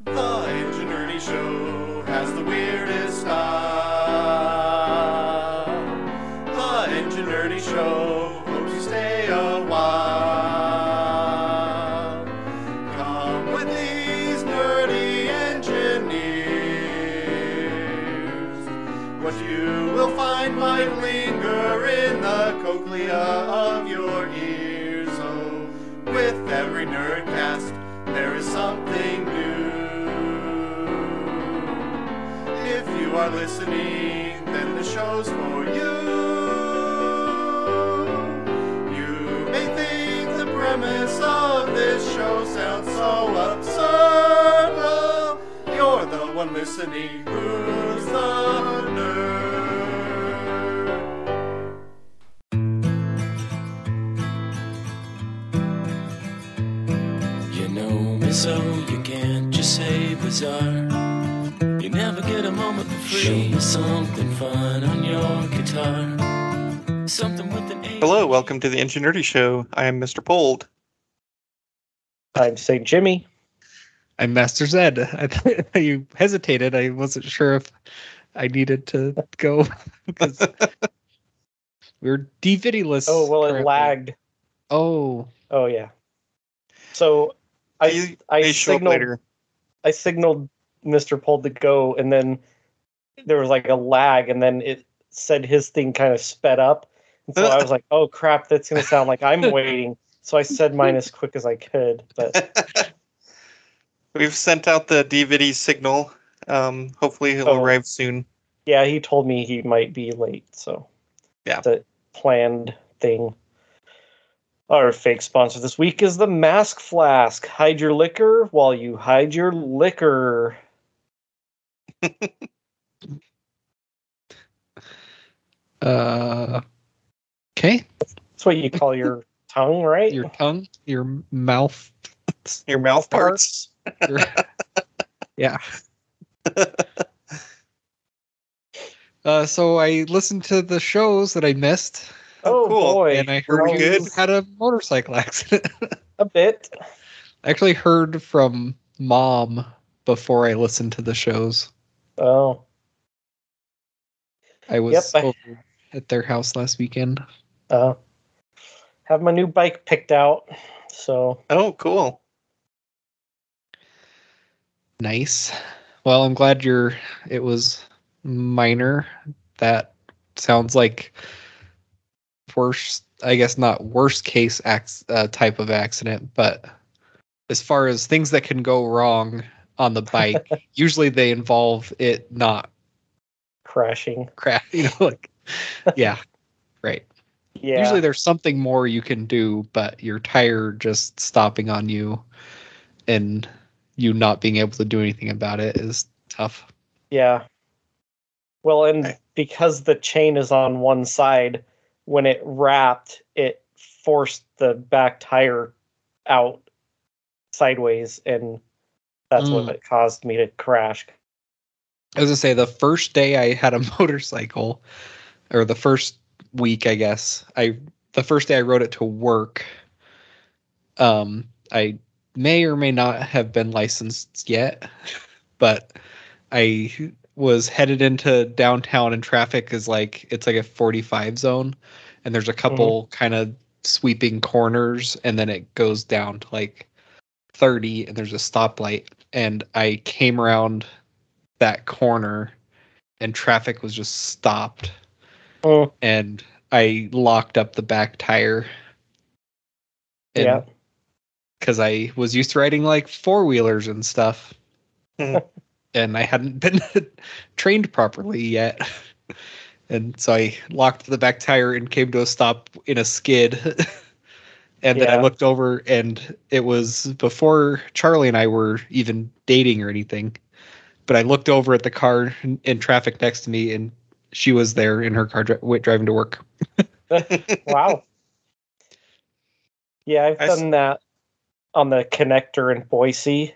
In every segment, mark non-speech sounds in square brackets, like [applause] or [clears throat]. The Ingenuity Show has the weirdest style. The Ingenuity Show hopes you stay a while. Come with these nerdy engineers. What you will find might linger in the cochlea of your ears. So, with every nerdcast, there is something new. If you are listening, then the show's for you. You may think the premise of this show sounds so absurd. Well, you're the one listening who's the nerd. You know me so you can't just say bizarre. You never get a moment for free. Show me something fun on your guitar. Something with an A. Hello, welcome to the Ingenuity Show. I am Mr. Pold. I'm St. Jimmy. I'm Master Zed. [laughs] I th- you hesitated. I wasn't sure if I needed to go [laughs] because we are DVD-less. Oh, well, it currently. lagged. Oh, Oh, yeah. So I, You I, may show up signaled, later. I signaled Mr. Pold to go, and then there was like a lag, and then it said his thing kind of sped up. [laughs] And so I was like, oh, crap, that's going to sound like I'm waiting. So I said mine as quick as I could, but We've sent out the DVD signal. Um, hopefully, he'll Oh. arrive soon. yeah, he told me he might be late, so Yeah. it's a planned thing. Our fake sponsor this week is the Mask Flask. Hide your liquor while you hide your liquor. uh, okay. That's what you call [laughs] your tongue, right? Your tongue, your mouth. Your mouth parts. [laughs] your- yeah. Uh, so I listened to the shows that I missed, oh cool. boy, and I were heard we you good? had a motorcycle [laughs] accident. a bit. I actually heard from mom before I listened to the shows. Oh, I was Yep, I- over at their house last weekend. uh, have my new bike picked out. So Oh, cool. Nice. Well, I'm glad you're. It was minor. That sounds like worst. I guess not worst case acc- uh, type of accident, but as far as things that can go wrong on the [laughs] bike, usually they involve it not crashing. crash. [laughs] You know, like yeah, right. Yeah. Usually there's something more you can do, but your tire just stopping on you and you not being able to do anything about it is tough. Yeah. Well, and I- because the chain is on one side, when it wrapped, it forced the back tire out sideways, and that's Mm. what it caused me to crash. I was gonna say the first day I had a [laughs] motorcycle, or the first week, I guess. I the first day I rode it to work. Um, I may or may not have been licensed yet, but I was headed into downtown and traffic is like it's like a 45 zone and there's a couple kind of sweeping corners and then it goes down to like 30 and there's a stoplight and I came around that corner and traffic was just stopped Mm, and I locked up the back tire. Yeah. Because I was used to riding like four wheelers and stuff. Hmm. and I hadn't been trained properly yet. [laughs] And so I locked the back tire and came to a stop in a skid [laughs] And then I Yeah. looked over and it was before Charlie and I were even dating or anything. But I looked over at the car in- in traffic next to me and she was there in her car dri- wi- driving to work. wow. [laughs] Yeah, I've I s- done that on the connector in Boise.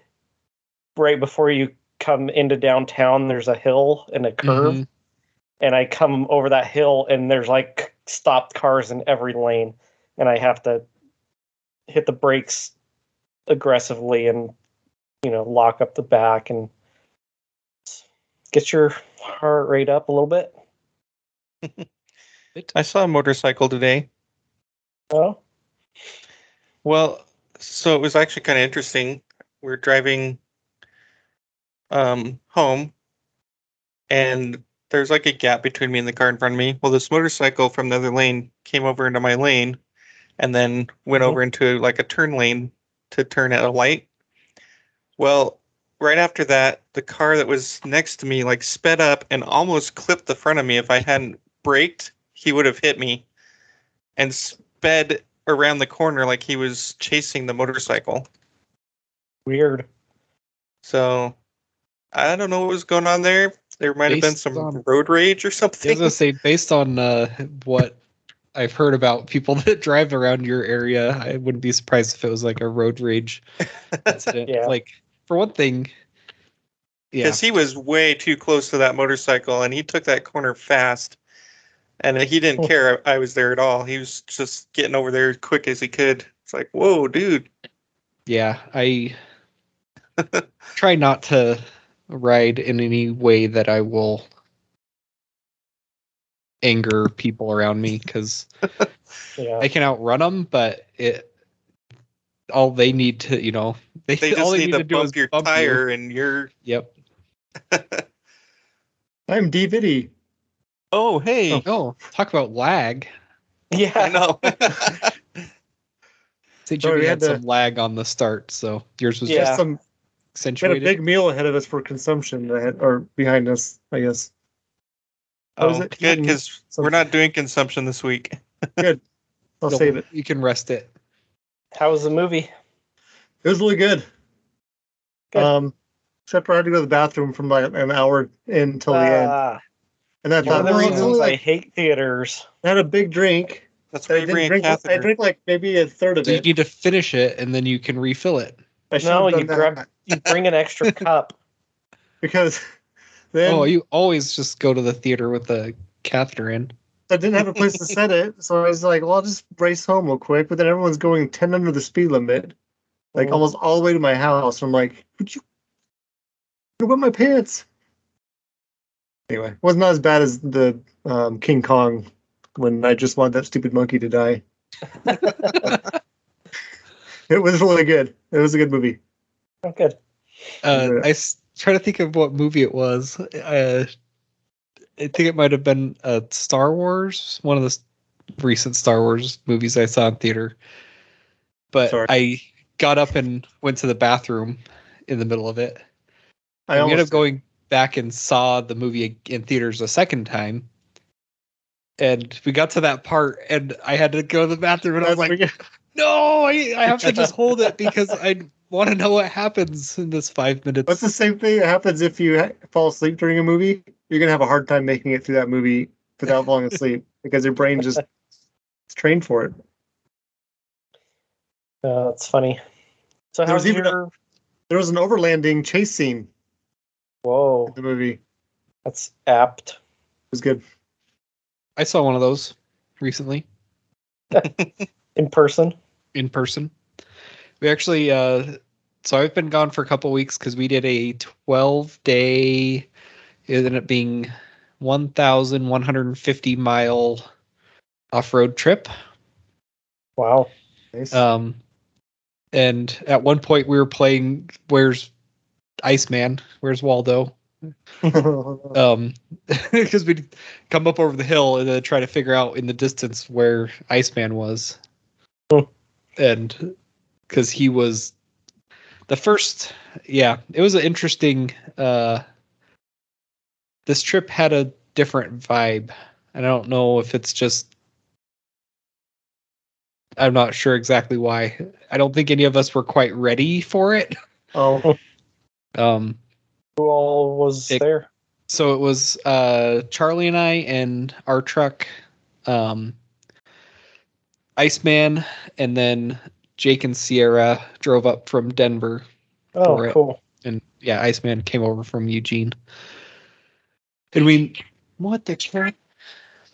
Right before you come into downtown, there's a hill and a curve, Mhm. and I come over that hill, and there's like stopped cars in every lane, and I have to hit the brakes aggressively and you know lock up the back and get your heart rate up a little bit. I saw a motorcycle today. Oh, Well, so it was actually kind of interesting. We are driving um, home, and there's like a gap between me and the car in front of me. Well, this motorcycle from the other lane came over into my lane and then went Mhm. over into like a turn lane to turn at a light. Well, right after that, the car that was next to me like sped up and almost clipped the front of me. If I hadn't braked, he would have hit me and sped around the corner like he was chasing the motorcycle. weird. So I don't know what was going on there. There might have been Based some on- road rage or I was something. gonna say, based on uh, what I've heard about people [laughs] that drive around your area, I wouldn't be surprised if it was like a road [laughs] rage incident. Yeah. Like for one thing, yeah, Because he was way too close to that motorcycle and he took that corner fast. And he didn't Oh. care I was there at all. He was just getting over there as quick as he could. It's like, whoa, [laughs] dude. yeah. [laughs] I try not to ride in any way that I will anger people around me because [laughs] Yeah. I can outrun them, but it all they need to, you know, [laughs] they, They just all they need, to do is bump your bump you. tire and you're, Yep. I'm DVD. oh, [laughs] hey. [laughs] Oh, talk about lag. yeah. I [laughs] know. Say Sorry, Jimmy we had had to- some lag on the start, so yours was Yeah. just Just some we had a accentuated. big meal ahead of us for consumption ahead, or behind us, I guess. How is oh, it? Mm-hmm. good, because we're not doing consumption this week. I'll You'll- save it. You can rest it. How was the movie? It was really good. Good. Um, except for I had to go to the bathroom from like an hour in until the end, Ah, and I one thought of the well, it's reasons only I like, hate theaters. I had a big drink. That's and why I you didn't bring a drink. I catheter. drank like maybe a third of So you it. need to finish it, and then you can refill it. I should No, have done you that grab you bring an [laughs] extra cup. because [laughs] then oh, you always just go to the theater with the catheter in. I didn't have a place to set it, so I was like, "Well, I'll just race home real quick." But then everyone's going ten under the speed limit, like Mm. almost all the way to my house. I'm like, "Would you?" I wet my pants. Anyway, it was not as bad as the um, King Kong when I just wanted that stupid monkey to die. [laughs] it was really good. It was a good movie. Oh, good. Uh, Yeah. I s- try to think of what movie it was. Uh, I think it might have been uh, Star Wars, one of the s- recent Star Wars movies I saw in theater. But Sorry. I got up and went to the bathroom in the middle of it. I I ended up almost going back and saw the movie in theaters a second time. And we got to that part, and I had to go to the bathroom, and I was That's like, pretty- "No, I, I have to just hold it because I want to know what happens in this five minutes." That's the same thing that happens if you ha- fall asleep during a movie. You're gonna have a hard time making it through that movie without falling [laughs] asleep because your brain just is trained for it. Uh, that's funny. So There how's was even a- your There was an overlanding chase scene whoa? in the movie. It That's apt. was good. I saw one of those recently In person. in person. We actually, uh, so I've been gone for a couple weeks because we did a 12 day, it ended up being 1,150 mile off road trip. Wow. Nice. Um, and at one point we were playing Where's Iceman? Where's Waldo? Um, [laughs] because we'd come up over the hill and then try to figure out in the distance where Iceman was. Hmm. And because he was the first, yeah, it was an interesting. Uh, this trip had a different vibe. and I don't know if it's just I'm not sure exactly why. I don't think any of us were quite ready for it. Oh, Um, [laughs] Who all was It- there? so it was uh, Charlie and I and our truck, um, Iceman, and then Jake and Sierra drove up from Denver. for Oh, it. cool. And yeah, Iceman came over from Eugene. And we, what the crap?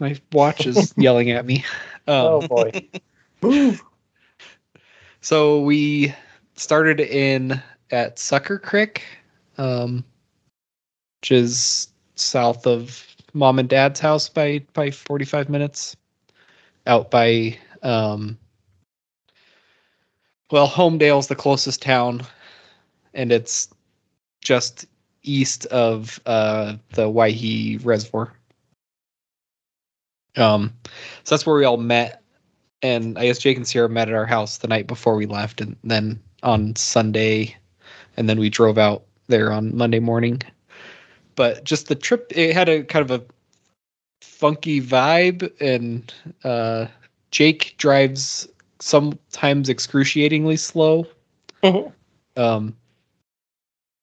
My watch is yelling at me. Um, Oh boy. [laughs] [laughs] move. So we started in at Sucker Creek, um, which is south of mom and dad's house by by 45 minutes out by um well homedale's the closest town and it's just east of uh the waihee reservoir um so that's where we all met and I guess Jake and Sierra met at our house the night before we left, and then on Sunday, and then we drove out there on Monday morning. But just the trip, it had a kind of a funky vibe, and uh, Jake drives sometimes excruciatingly slow. Um,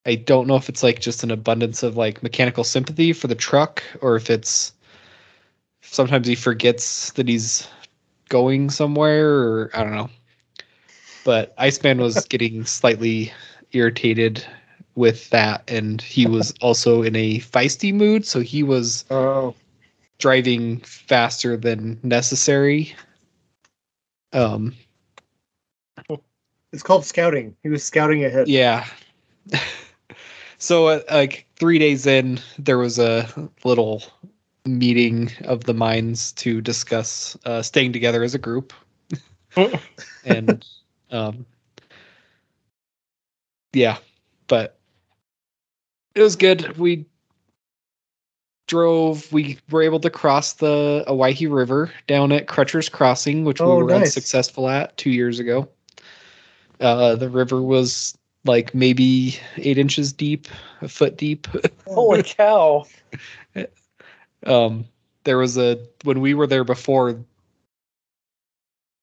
I don't know if it's like just an abundance of like mechanical sympathy for the truck, or if it's sometimes he forgets that he's going somewhere or I don't know. But Iceman was getting slightly irritated with that and he was also in a feisty mood, so he was Oh, driving faster than necessary. Um it's called scouting. He was scouting ahead. yeah. [laughs] so uh, like 3 days in there was a little meeting of the minds to discuss uh staying together as a group. and um yeah but it was good we drove we were able to cross the Owyhee river down at crutcher's crossing which Oh, we were nice. unsuccessful at two years ago uh the river was like maybe eight inches deep a foot deep Oh, Holy cow. um there was a when we were there before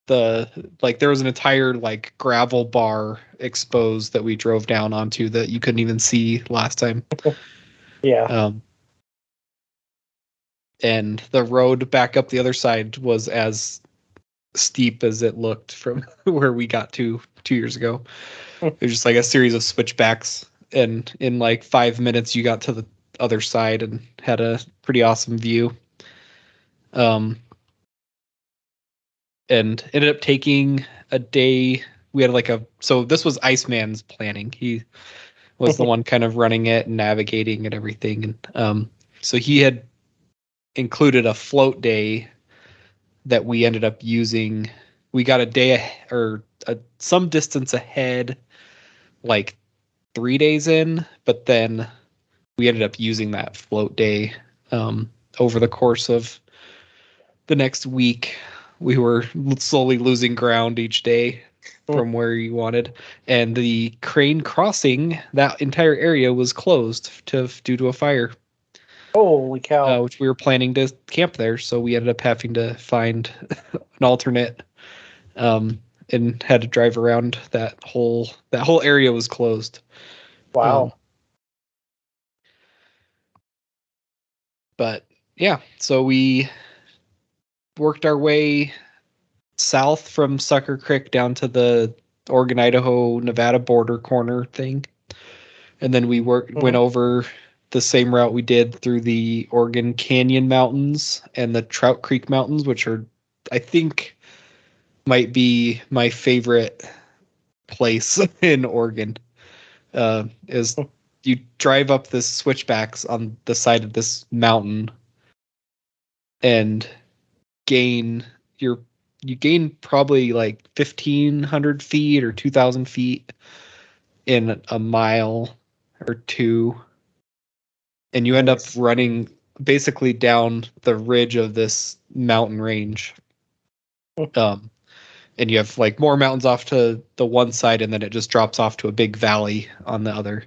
the like there was an entire like gravel bar exposed that we drove down onto that you couldn't even see last time Yeah. um and the road back up the other side was as steep as it looked from [laughs] where we got to two years ago it was just like a series of switchbacks and in like five minutes you got to the other side and had a pretty awesome view um and ended up taking a day we had like a so this was iceman's planning he was the one kind of running it and navigating and everything and um so he had included a float day that we ended up using we got a day ah- or a, some distance ahead like three days in but then we ended up using that float day um, over the course of the next week we were slowly losing ground each day from where you wanted and the crane crossing that entire area was closed to due to a fire Holy uh, cow. which we were planning to camp there. So we ended up having to find [laughs] an alternate, um, and had to drive around that whole that whole area was closed. Um, wow. But yeah, so we worked our way south from Sucker Creek down to the Oregon Idaho Nevada border corner thing. And then we worked went over the same route we did through the Oregon Canyon Mountains and the Trout Creek Mountains, which are I think might be my favorite place [laughs] in Oregon. Uh, is you drive up this switchbacks on the side of this mountain and gain your you gain probably like 1500 feet or 2000 feet in a mile or two and you end up running basically down the ridge of this mountain range um and you have like more mountains off to the one side and then it just drops off to a big valley on the other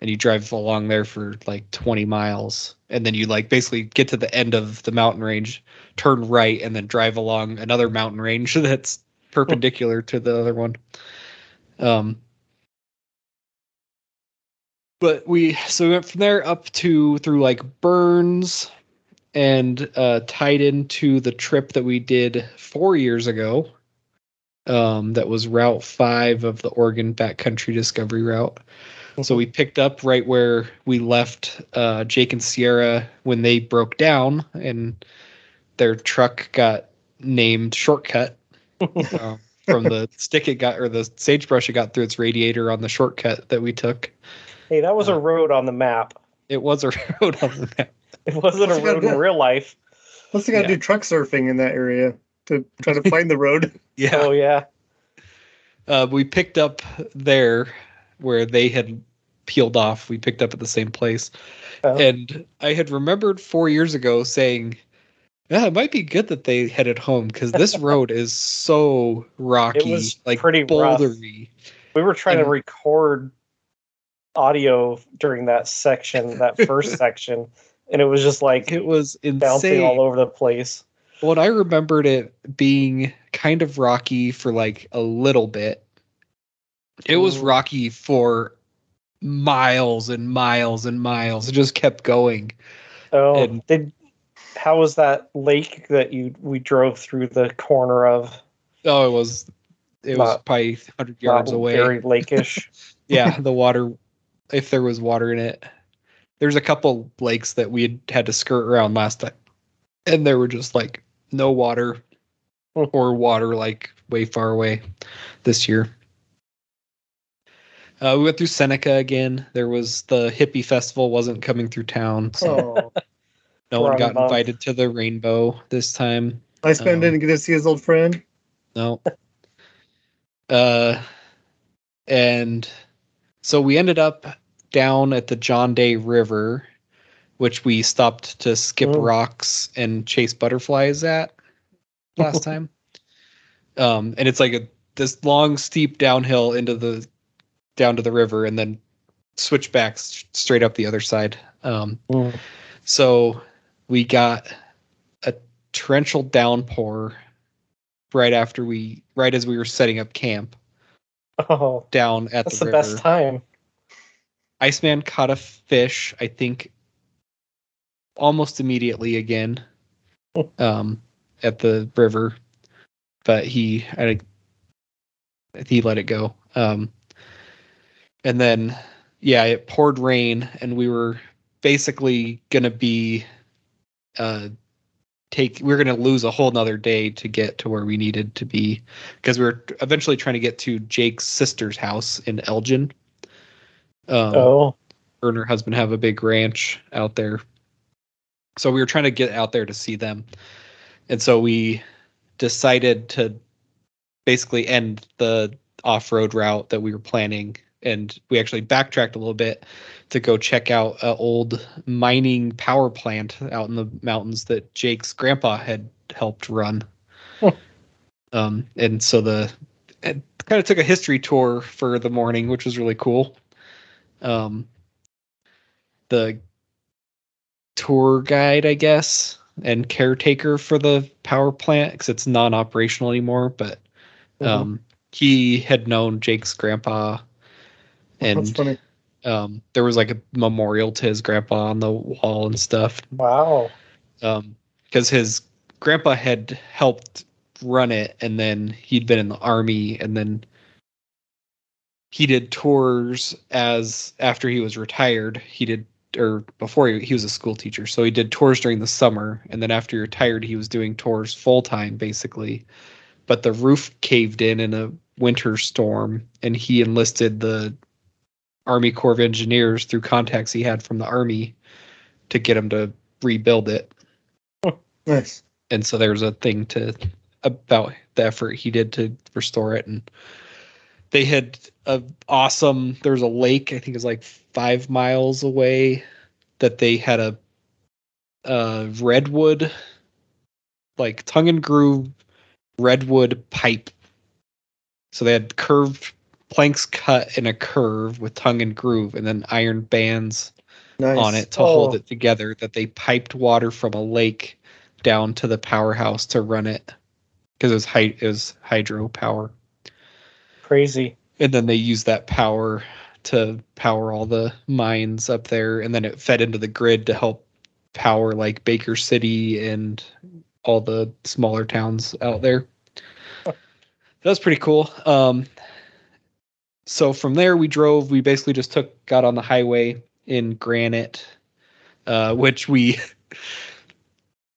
and you drive along there for like 20 miles and then you like basically get to the end of the mountain range [laughs] turn right and then drive along another mountain range that's perpendicular to the other one. Um, but we so we went from there up to through like Burns and uh, tied into the trip that we did four years ago. Um, that was Route Five of the Oregon Backcountry Discovery Route. So we picked up right where we left uh, Jake and Sierra when they broke down and their truck got named Shortcut um, from the stick it got or the sagebrush it got through its radiator on the shortcut that we took. Hey, that uh, was a road on the map. [laughs] It was a [laughs] road on the map. It wasn't a That's about road in it. real [laughs] life. Plus, you got to Yeah. do truck surfing in that area to try to find [laughs] the road. Oh yeah. Uh, we picked up there where they had peeled off. We picked up at the same place. Oh. And I had remembered four years ago saying, yeah, it might be good that they headed home because [laughs] this road is so rocky, was like pretty rough. bouldery. We were trying to And- record audio during that section, that [laughs] first section, and it was just like It was bouncing insane. all over the place. Well, and I remembered it being kind of rocky for like a little bit. It was Mm. rocky for miles and miles and miles. It just kept going. Oh, And- did how was that lake that you we drove through the corner of? Oh, it was it was Not- probably 100 yards Not away. Very lakeish. [laughs] yeah, the water if there was water in it. There's a couple lakes that we had had to skirt around last time. And there were just like no water or water like way far away this year. Uh, we went through Seneca again. There was the hippie festival wasn't coming through town, so Oh, no one wrong got month. invited to the rainbow this time. I spent Um, didn't get to see his old friend. No. uh, and so we ended up down at the John Day River, which we stopped to skip Oh. rocks and chase butterflies at last time. Um, and it's like a this long, steep downhill into the down to the river, and then switchbacks straight up the other side. Um, Mm. so we got a torrential downpour right after we, right as we were setting up camp Oh, down at that's the, the river. best time. Iceman caught a fish, I think, almost immediately again um, at the river, but he, I, he let it go. Um, and then, yeah, it poured rain, and we were basically gonna be uh, take. We were gonna lose a whole nother day to get to where we needed to be because we were eventually trying to get to Jake's sister's house in Elgin. Um, Oh, her and her husband have a big ranch out there. So we were trying to get out there to see them. And so we decided to basically end the off road route that we were planning. And we actually backtracked a little bit to go check out an old mining power plant out in the mountains that Jake's grandpa had helped run. Hmm. Um, and so the it kind of took a history tour for the morning, which was really cool. Um, the tour guide, I guess, and caretaker for the power plant because it's non-operational anymore. But um, he had known Jake's grandpa, That's and funny. um, there was like a memorial to his grandpa on the wall and stuff wow. because Um, his grandpa had helped run it, and then he'd been in the army, and then he did tours as after he was retired. He did or before he, he was a school teacher, so he did tours during the summer, and then after he retired, he was doing tours full time basically. But the roof caved in in a winter storm, and he enlisted the Army Corps of Engineers through contacts he had from the Army to get him to rebuild it Nice. and so there was a thing to about the effort he did to restore it and they had a awesome there was a lake i think it was like five miles away that they had a uh redwood like tongue and groove redwood pipe so they had curved planks cut in a curve with tongue and groove and then iron bands Nice. Oh. on it to hold it together that they piped water from a lake down to the powerhouse to run it because it was hy- it was hydro power, Crazy. and then they used that power to power all the mines up there, and then it fed into the grid to help power like Baker City and all the smaller towns out there. that was pretty cool. Um, so from there we drove. We basically just took got on the highway in Granite, uh, which we [laughs]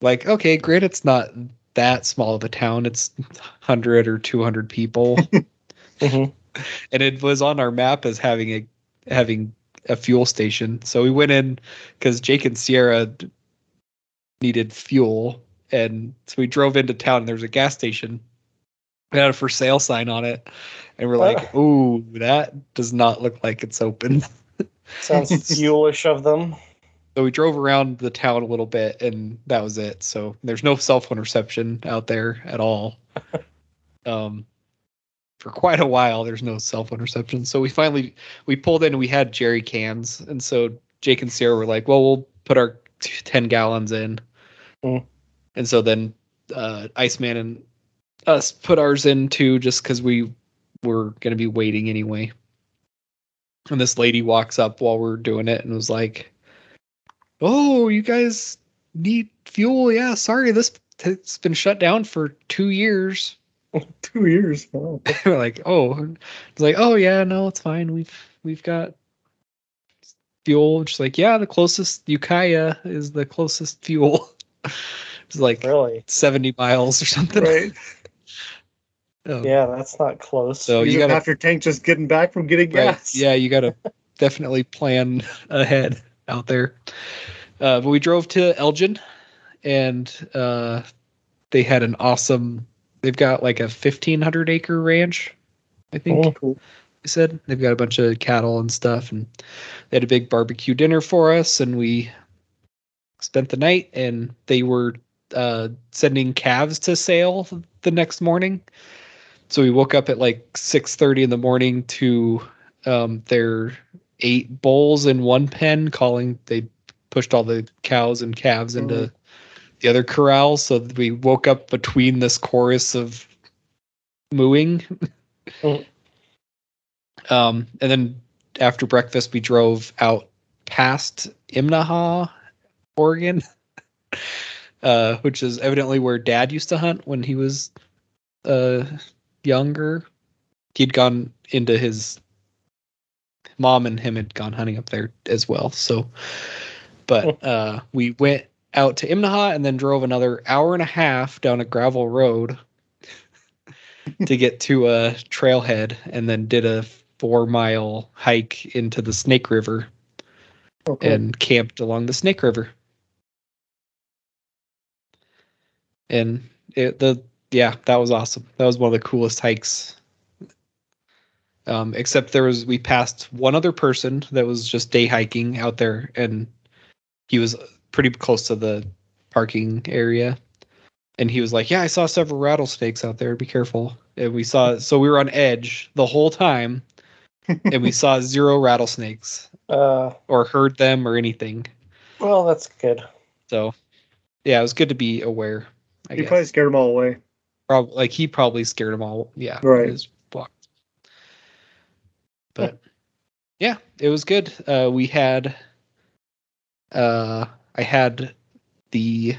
like. Okay, Granite's not that small of a town. It's hundred or two hundred people, Mhm. and it was on our map as having a having a fuel station. So we went in because Jake and Sierra d- needed fuel, and so we drove into town. and There was a gas station. It had a for sale sign on it, and we're like, "Ooh, that does not look like it's open." [laughs] Sounds fuelish of them. So we drove around the town a little bit, and that was it. So there's no cell phone reception out there at all. um, for quite a while, there's no cell phone reception. So we finally we pulled in. and We had jerry cans, and so Jake and Sarah were like, "Well, we'll put our t- ten gallons in." Mm. And so then uh, Iceman and us put ours in too, just because we were going to be waiting anyway. And this lady walks up while we're doing it and was like oh you guys need fuel yeah sorry this it's been shut down for two years [laughs] Two years. Wow. we're like oh it's like oh yeah no it's fine we've we've got fuel just like yeah the closest ukiah is the closest fuel [laughs] it's like Really? 70 miles or something [laughs] Right. Um, Yeah, that's not close. so you gotta after tank just getting back from getting Right. gas. Yeah, you got to definitely plan ahead out there. Uh, but we drove to Elgin, and uh, they had an awesome. They've got like a fifteen hundred acre ranch, I think Oh, they said they've got a bunch of cattle and stuff, and they had a big barbecue dinner for us, and we spent the night. And they were uh, sending calves to sale the next morning, so we woke up at like six thirty in the morning to um, their eight bulls in one pen calling. They pushed all the cows and calves into the other corral, so we woke up between this chorus of mooing um, and then after breakfast, we drove out past Imnaha, Oregon, [laughs] uh, which is evidently where Dad used to hunt when he was uh, younger. He'd gone into his mom and him had gone hunting up there as well. So, but uh, we went out to Imnaha and then drove another hour and a half down a gravel road to get to a trailhead and then did a four mile hike into the Snake River Oh, cool. and camped along the Snake River. And it, the yeah, that was awesome. That was one of the coolest hikes. Um, except there was we passed one other person that was just day hiking out there, and he was pretty close to the parking area. And he was like, "Yeah, I saw several rattlesnakes out there. Be careful." And we saw, so we were on edge the whole time, and we saw zero rattlesnakes Uh, or heard them or anything. well, that's good. So, yeah, it was good to be aware. I You guess. probably scared them all away. Prob- like he probably scared them all. Yeah, Right. his block. But yeah, it was good. Uh, we had, uh, I had the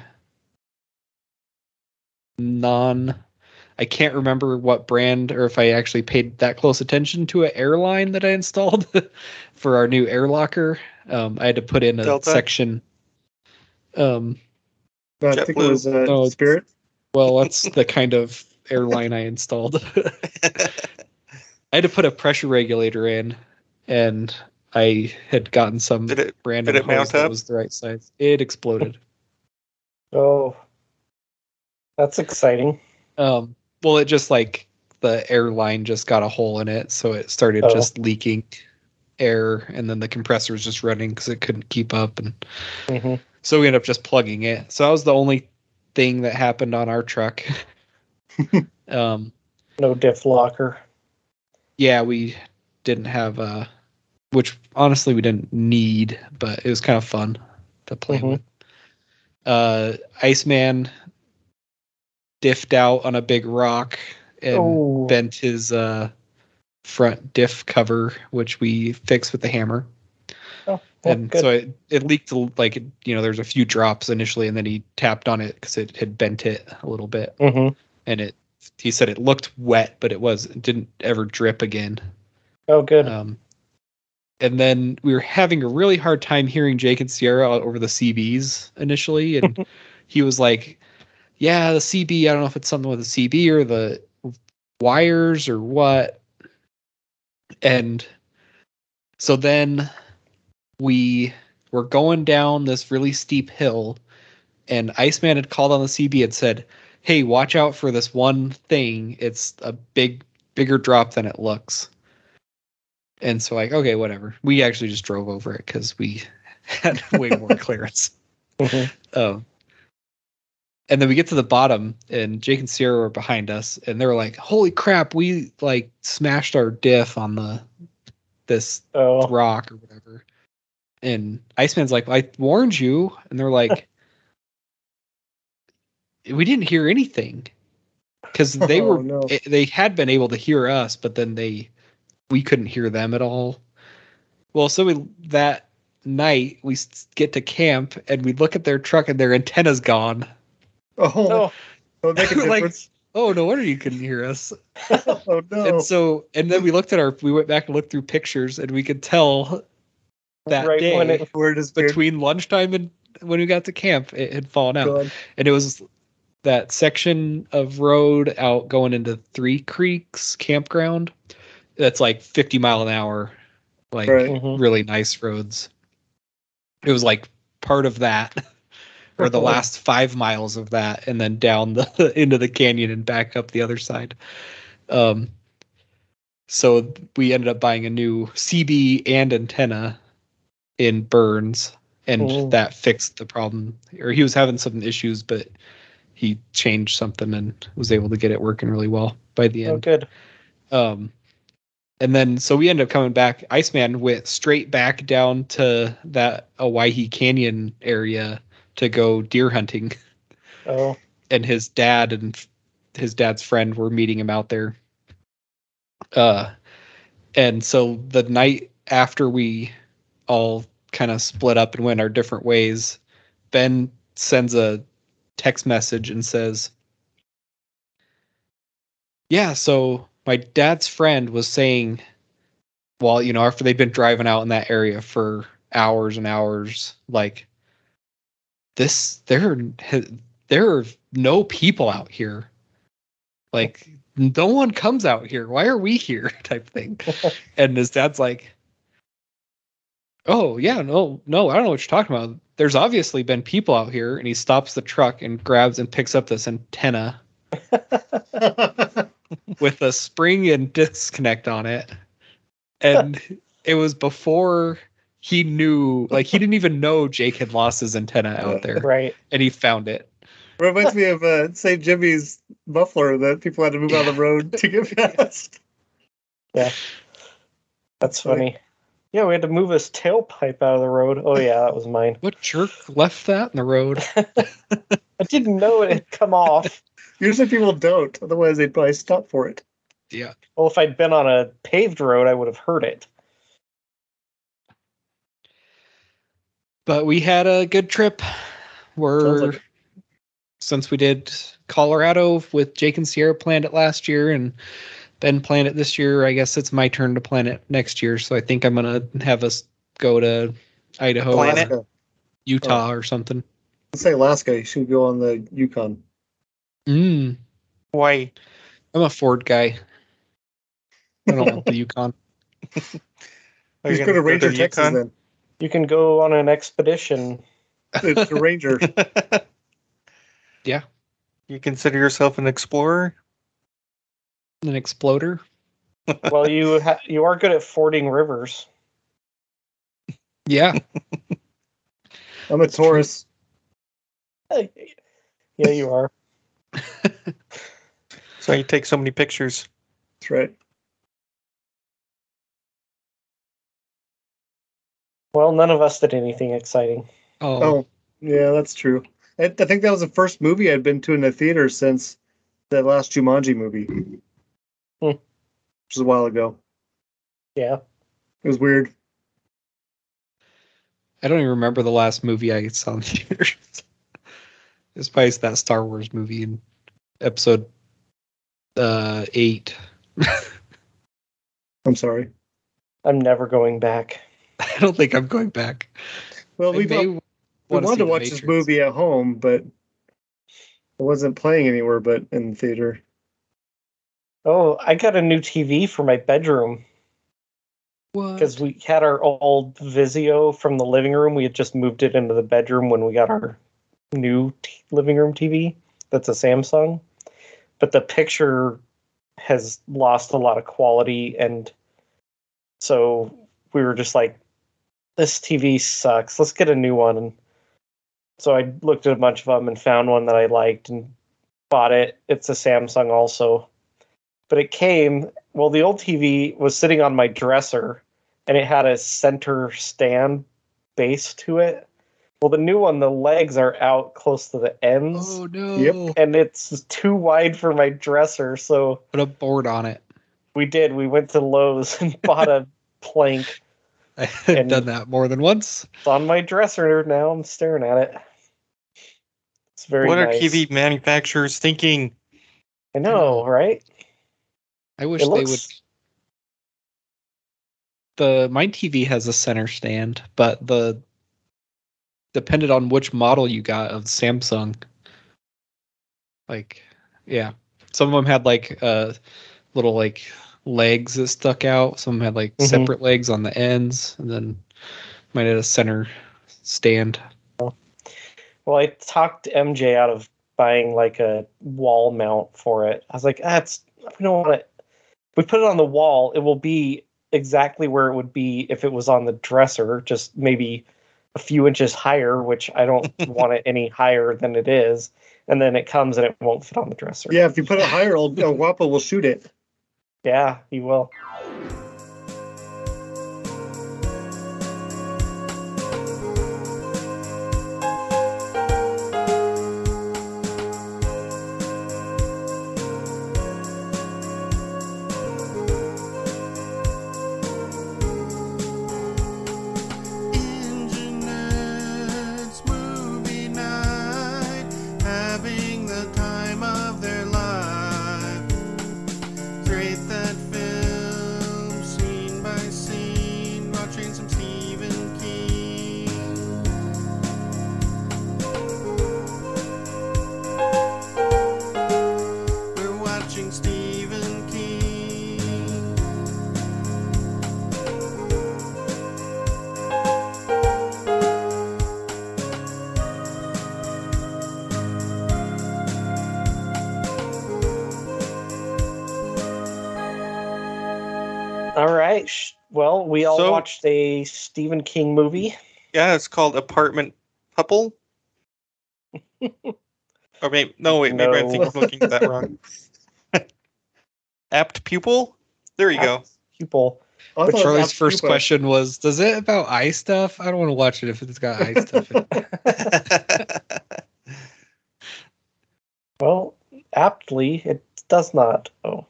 non. I can't remember what brand or if I actually paid that close attention to an airline that I installed [laughs] for our new air locker. Um, I had to put in a Delta? section. Um, But I Jet think Blue. it was uh, No, it's- Spirit. [laughs] well, that's the kind of airline I installed. [laughs] I had to put a pressure regulator in, and I had gotten [laughs] some [laughs] Did it? random did it hose mount that up? was the right size. It exploded. Oh, that's exciting. um, well, it just like the airline just got a hole in it, so it started Oh. just leaking air, and then the compressor was just running because it couldn't keep up, and hmm so we ended up just plugging it. So that was the only thing that happened on our truck. um, No diff locker. yeah, we didn't have uh which honestly we didn't need, but it was kind of Mm-hmm. fun to play Mhm. with. Uh Iceman diffed out on a big rock and Oh. bent his uh, front diff cover, which we fixed with the hammer. Oh, well, And good. so it, it leaked a- like you know there's a few drops initially, and then he tapped on it because it had bent it a little bit, Mhm. and it he said it looked wet, but it was it didn't ever drip again. Oh, good. Um, and then we were having a really hard time hearing Jake and Sierra o- over the CBs initially, and he was like, "Yeah, the CB. I don't know if it's something with the CB or the wires or what." And so then we were going down this really steep hill, and Iceman had called on the CB and said, "Hey, watch out for this one thing. It's a big, bigger drop than it looks." And so, like, okay, whatever. We actually just drove over it because we [laughs] had way more clearance. Mhm. Um, and then we get to the bottom, and Jake and Sierra were behind us, and they were like, "Holy crap! We like smashed our diff on the this Oh, rock or whatever." And Iceman's like, "I warned you," and they're like, "We didn't hear anything," because they Oh, were no. it- they had been able to hear us, but then they we couldn't hear them at all. Well, so we that night we s- get to camp and we look at their truck and their antenna's gone. Oh, no. [laughs] it'll make a Like- difference. Oh no wonder you couldn't hear us. [laughs] oh no! And so and then we looked at our we went back and looked through pictures and we could tell that Right day when it- Where does between lunchtime and when we got to camp it had fallen out. and it was that section of road out going into Three Creeks campground. That's like 50 mile an hour, like Right. Mhm. really nice roads. It was like part of that, [laughs] or the last five miles of that, and then down the [laughs] into the canyon and back up the other side. Um, so we ended up buying a new CB and antenna in Burns, and Cool. that fixed the problem. Or he was having some issues, but he changed something and was able to get it working really well by the oh, end. good. Um, and then so we ended up coming back. Iceman went straight back down to that Owyhee Canyon area to go deer hunting, Oh, and his dad and f- his dad's friend were meeting him out there. Uh, and so the night after we all kind of split up and went our different ways, Ben sends a text message and says, Yeah, so my dad's friend was saying, well, you know, after they've been driving out in that area for hours and hours, like this, there, are- there are no people out here. Like, no one comes out here. Why are we here? [laughs] Type thing. and his dad's like, Oh, yeah, no, no, I don't know what you're talking about. There's obviously been people out here. And he stops the truck and grabs and picks up this antenna with a spring and disconnect on it. And it was before he knew, like, he didn't even know Jake had lost his antenna out [laughs] there right. and he found it. [laughs] Reminds me of uh, St. Jimmy's muffler that people had to move out of the road to get [laughs] past. That's funny. Yeah, we had to move his tailpipe out of the road. Oh, yeah, that was mine. What jerk left that in the road? I didn't know it had come off. Usually people don't, otherwise they'd probably stop for it. Yeah. Well, if I'd been on a paved road, I would have heard it. But we had a good trip. We're, Sounds like since we did Colorado with Jake and Sierra planned it last year and Ben planned it this year, I guess it's my turn to plan it next year. So I think I'm going to have us go to Idaho, Plan it. or Utah, or something. Let's say Alaska. You should go on the Yukon. Mm, Why? I'm a Ford guy. I [laughs] don't want the Yukon. Are you you should go to gonna Ranger, Texas Yukon? then. You can go on an expedition. To, [laughs] to Ranger. Yeah. You consider yourself an explorer? An exploder. Well, you ha- you are good at fording rivers. Yeah. I'm a Taurus. Uh, yeah, you are. So you take so many pictures. That's right. Well, none of us did anything exciting. Oh, Oh, yeah, that's true. I, I think that was the first movie I'd been to in the theater since that last Jumanji movie, Hmm. which was a while ago. Yeah. It was weird. I don't even remember the last movie I saw in the [laughs] theaters. it was probably that Star Wars movie in episode uh, eight. I'm sorry. I'm never going back. I don't think I'm going back. Well, I we may we wanna see wanted to The watch Matrix. this movie at home, but it wasn't playing anywhere but in the theater. Oh, I got a new TV for my bedroom because What? we had our old Vizio from the living room. We had just moved it into the bedroom when we got our new t- living room TV. That's a Samsung, but the picture has lost a lot of quality, and so we were just like, "This TV sucks. Let's get a new one." And so I looked at a bunch of them and found one that I liked and bought it. It's a Samsung also, but it came. Well, the old TV was sitting on my dresser and it had a center stand base to it. Well, the new one, the legs are out close to the ends, Oh no! Yep. and it's too wide for my dresser. So Put a board on it. [laughs] we did. We went to Lowe's and [laughs] bought a plank. I've And- done that more than once. It's on my dresser now. I'm staring at it. It's very what nice. are TV manufacturers thinking? I know, right? I wish It they would. looks- The my TV has a center stand, but the depended on which model you got of Samsung. Like, yeah, some of them had like uh, little like legs that stuck out. Some had like Mhm. separate legs on the ends, and then mine had a center stand. Well, I talked MJ out of buying like a wall mount for it. I was like, ah, it's, we don't want it. We put it on the wall. It will be exactly where it would be if it was on the dresser, just maybe a few inches higher, which I [laughs] don't want it any higher than it is. And then it comes and it won't fit on the dresser. Yeah, if you put it higher, old uh, Wappa will shoot it. Yeah, you will. Internet's movie night, having the time of their life. Create that film scene by scene, watching some Stephen King. We're watching Stephen King. All right. sh- Well, we all So- watched a Stephen King movie. Yeah, it's called Apartment Couple. or maybe no, wait, maybe I think I'm looking at that wrong. Apt pupil. There you go. People. I But thought it Oh, was Charlie's Apple first Pupa. [laughs] question was, "Does it about eye stuff? I don't want to watch it if it's got eye stuff." in [laughs] it." Well, aptly, it does not. Oh.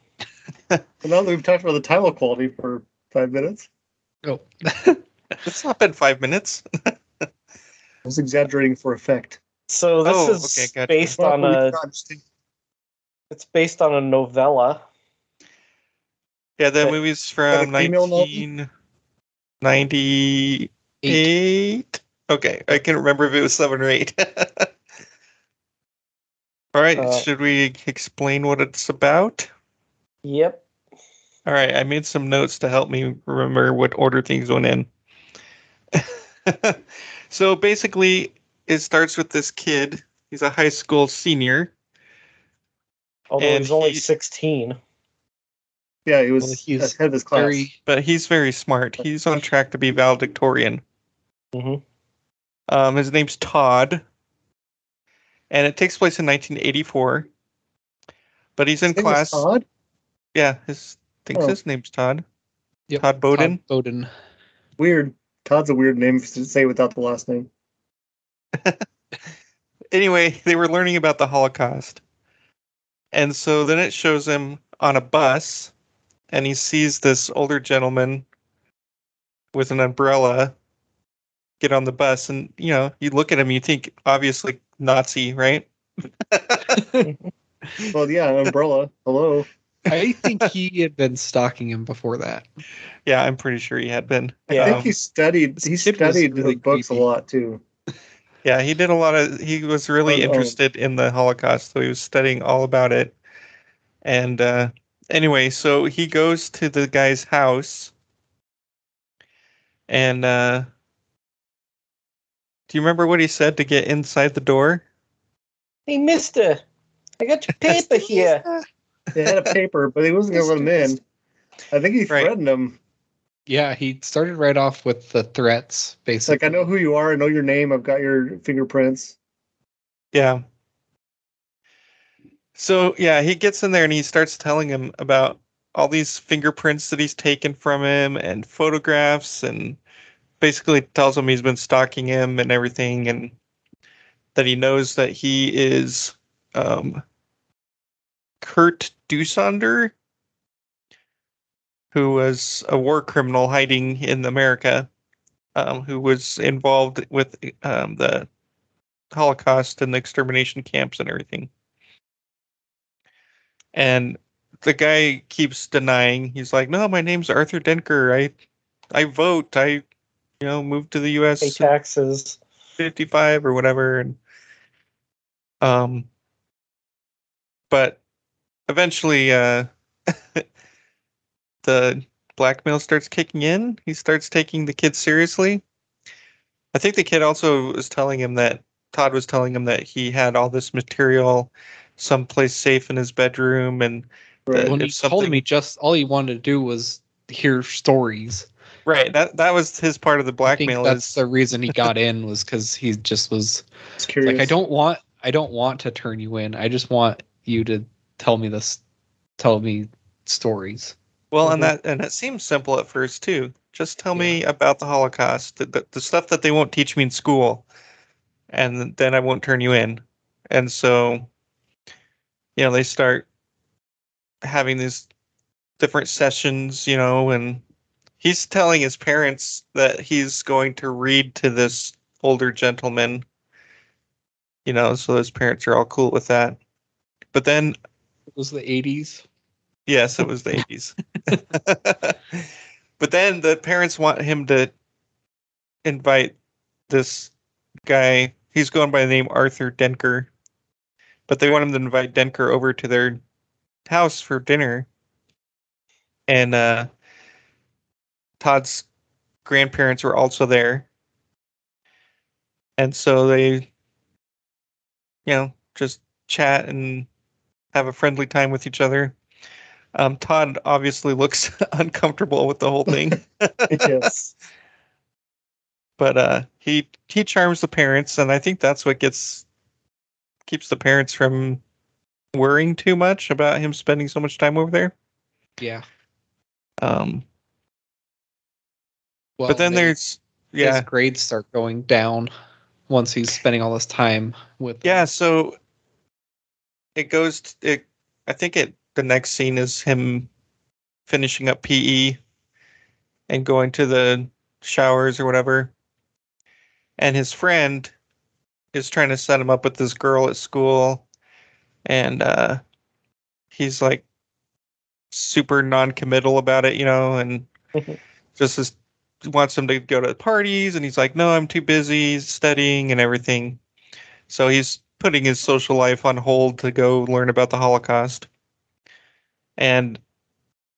Well, now that we've talked about the title quality for five minutes, Oh, [laughs] [laughs] it's not been five minutes. I was exaggerating for effect. So this Oh, is okay, gotcha. based on uh, a it's based on a novella. Yeah, the But- movie's that from a female novel? nineteen ninety eight. Okay, I can't remember if it was seven or eight. [laughs] All right, Uh, should we explain what it's about? Yep. All right, I made some notes to help me remember what order things went in. [laughs] so basically, it starts with this kid. He's a high school senior. Although And he's only he- sixteen. Yeah, he was Well, he's ahead of his class. very but he's very smart. He's on track to be valedictorian. Mhm. Um, his name's Todd, and it takes place in 1984. But he's in His name was class. Todd? Yeah, his thinks Oh. his name's Todd. Yep, Todd Bowden. Todd Bowden. Weird. Todd's a weird name to say without the last name. [laughs] Anyway, they were learning about the Holocaust, And so then it shows him on a bus, and he sees this older gentleman with an umbrella get on the bus. And, you know, you look at him, you think, obviously, Nazi, right? Well, [laughs] yeah, an umbrella. Hello. I think he had been stalking him before that. Yeah, I'm pretty sure he had been. Yeah. I Um, think he studied. this He kid was studied really the books creepy. a lot too. Yeah, he did a lot of. He was really Oh, oh. interested in the Holocaust, so he was studying all about it. And uh, anyway, so he goes to the guy's house. And uh, do you remember what he said to get inside the door? Hey, mister, I got your paper here. They had a [laughs] paper, but he wasn't gonna let him in. I think he Right. threatened him. Yeah, he started right off with the threats, It's like basically. I know who you are. I know your name. I've got your fingerprints. Yeah. So yeah, he gets in there and he starts telling him about all these fingerprints that he's taken from him and photographs and basically tells him he's been stalking him and everything and that he knows that he is um Kurt Dusander who was a war criminal hiding in America um who was involved with um the Holocaust and the extermination camps and everything. And the guy keeps denying. He's like, "No, my name's Arthur Denker. I, I vote. I, you know, moved to the U.S. Pay taxes. 55 or whatever and um but eventually uh [laughs] the blackmail starts kicking in he starts taking the kid seriously i think the kid also was telling him that todd was telling him that he had all this material someplace safe in his bedroom and Right. Well, when if he told something- me just all he wanted to do was hear stories. right that that was his part of the I think blackmail that's is the reason he got in was because he just was It's curious. like, I don't want, I don't want to turn you in. I just want you to tell me this, tell me stories. Well, Mhm. and that and it seems simple at first too. Just tell me about the Holocaust, the, the, the stuff that they won't teach me in school, and then I won't turn you in. And so, you know, they start having these different sessions, you know, and he's telling his parents that he's going to read to this older gentleman, you know, so his parents are all cool with that. But then It was the eighties. Yes, it was the 80s. [laughs] but then the parents want him to invite this guy. He's going by the name Arthur Denker. But they want him to invite Denker over to their house for dinner. And uh, Todd's grandparents were also there. And so they, you know, just chat and have a friendly time with each other. Um, Todd obviously looks [laughs] uncomfortable with the whole thing, [laughs] yes. but uh, he he charms the parents, and I think that's what gets keeps the parents from worrying too much about him spending so much time over there. Yeah. Um, Well, but then they- there's yeah his grades start going down once he's spending all this time with yeah so it goes t it I think it the next scene is him finishing up PE and going to the showers or whatever. And his friend is trying to set him up with this girl at school. And uh, he's like super non committal about it, you know, and just is, wants him to go to parties. And he's like, no, I'm too busy studying and everything. So he's putting his social life on hold to go learn about the Holocaust. And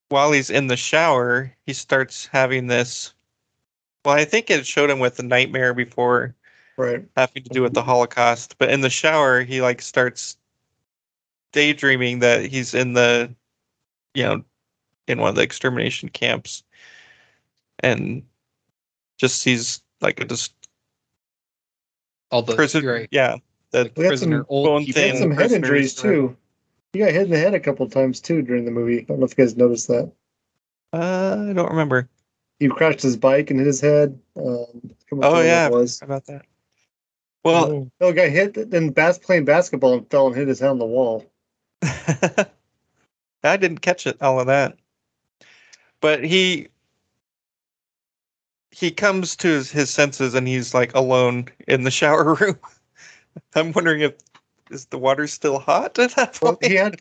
while he's in the shower, he starts having this. Well, I think it showed him with the nightmare before Right. having to do with the Holocaust, but in the shower, he like starts daydreaming that he's in the, you know, in one of the extermination camps and just sees like a just all the prison. right, Yeah. The, We had prisoner some, old bone people. we had thin some head prisoners injuries forever. too. He got hit in the head a couple times too during the movie. I don't know if you guys noticed that. uh, I don't remember He crashed his bike and hit his head. Um, I can't remember Oh, what yeah. It was. about that. Well, [laughs] No, guy hit then bas- playing basketball and fell and hit his head on the wall. I didn't catch it all of that. But he he comes to his, his senses and he's like alone in the shower [laughs] room. I'm wondering if is the water still hot at that Well, point? he had.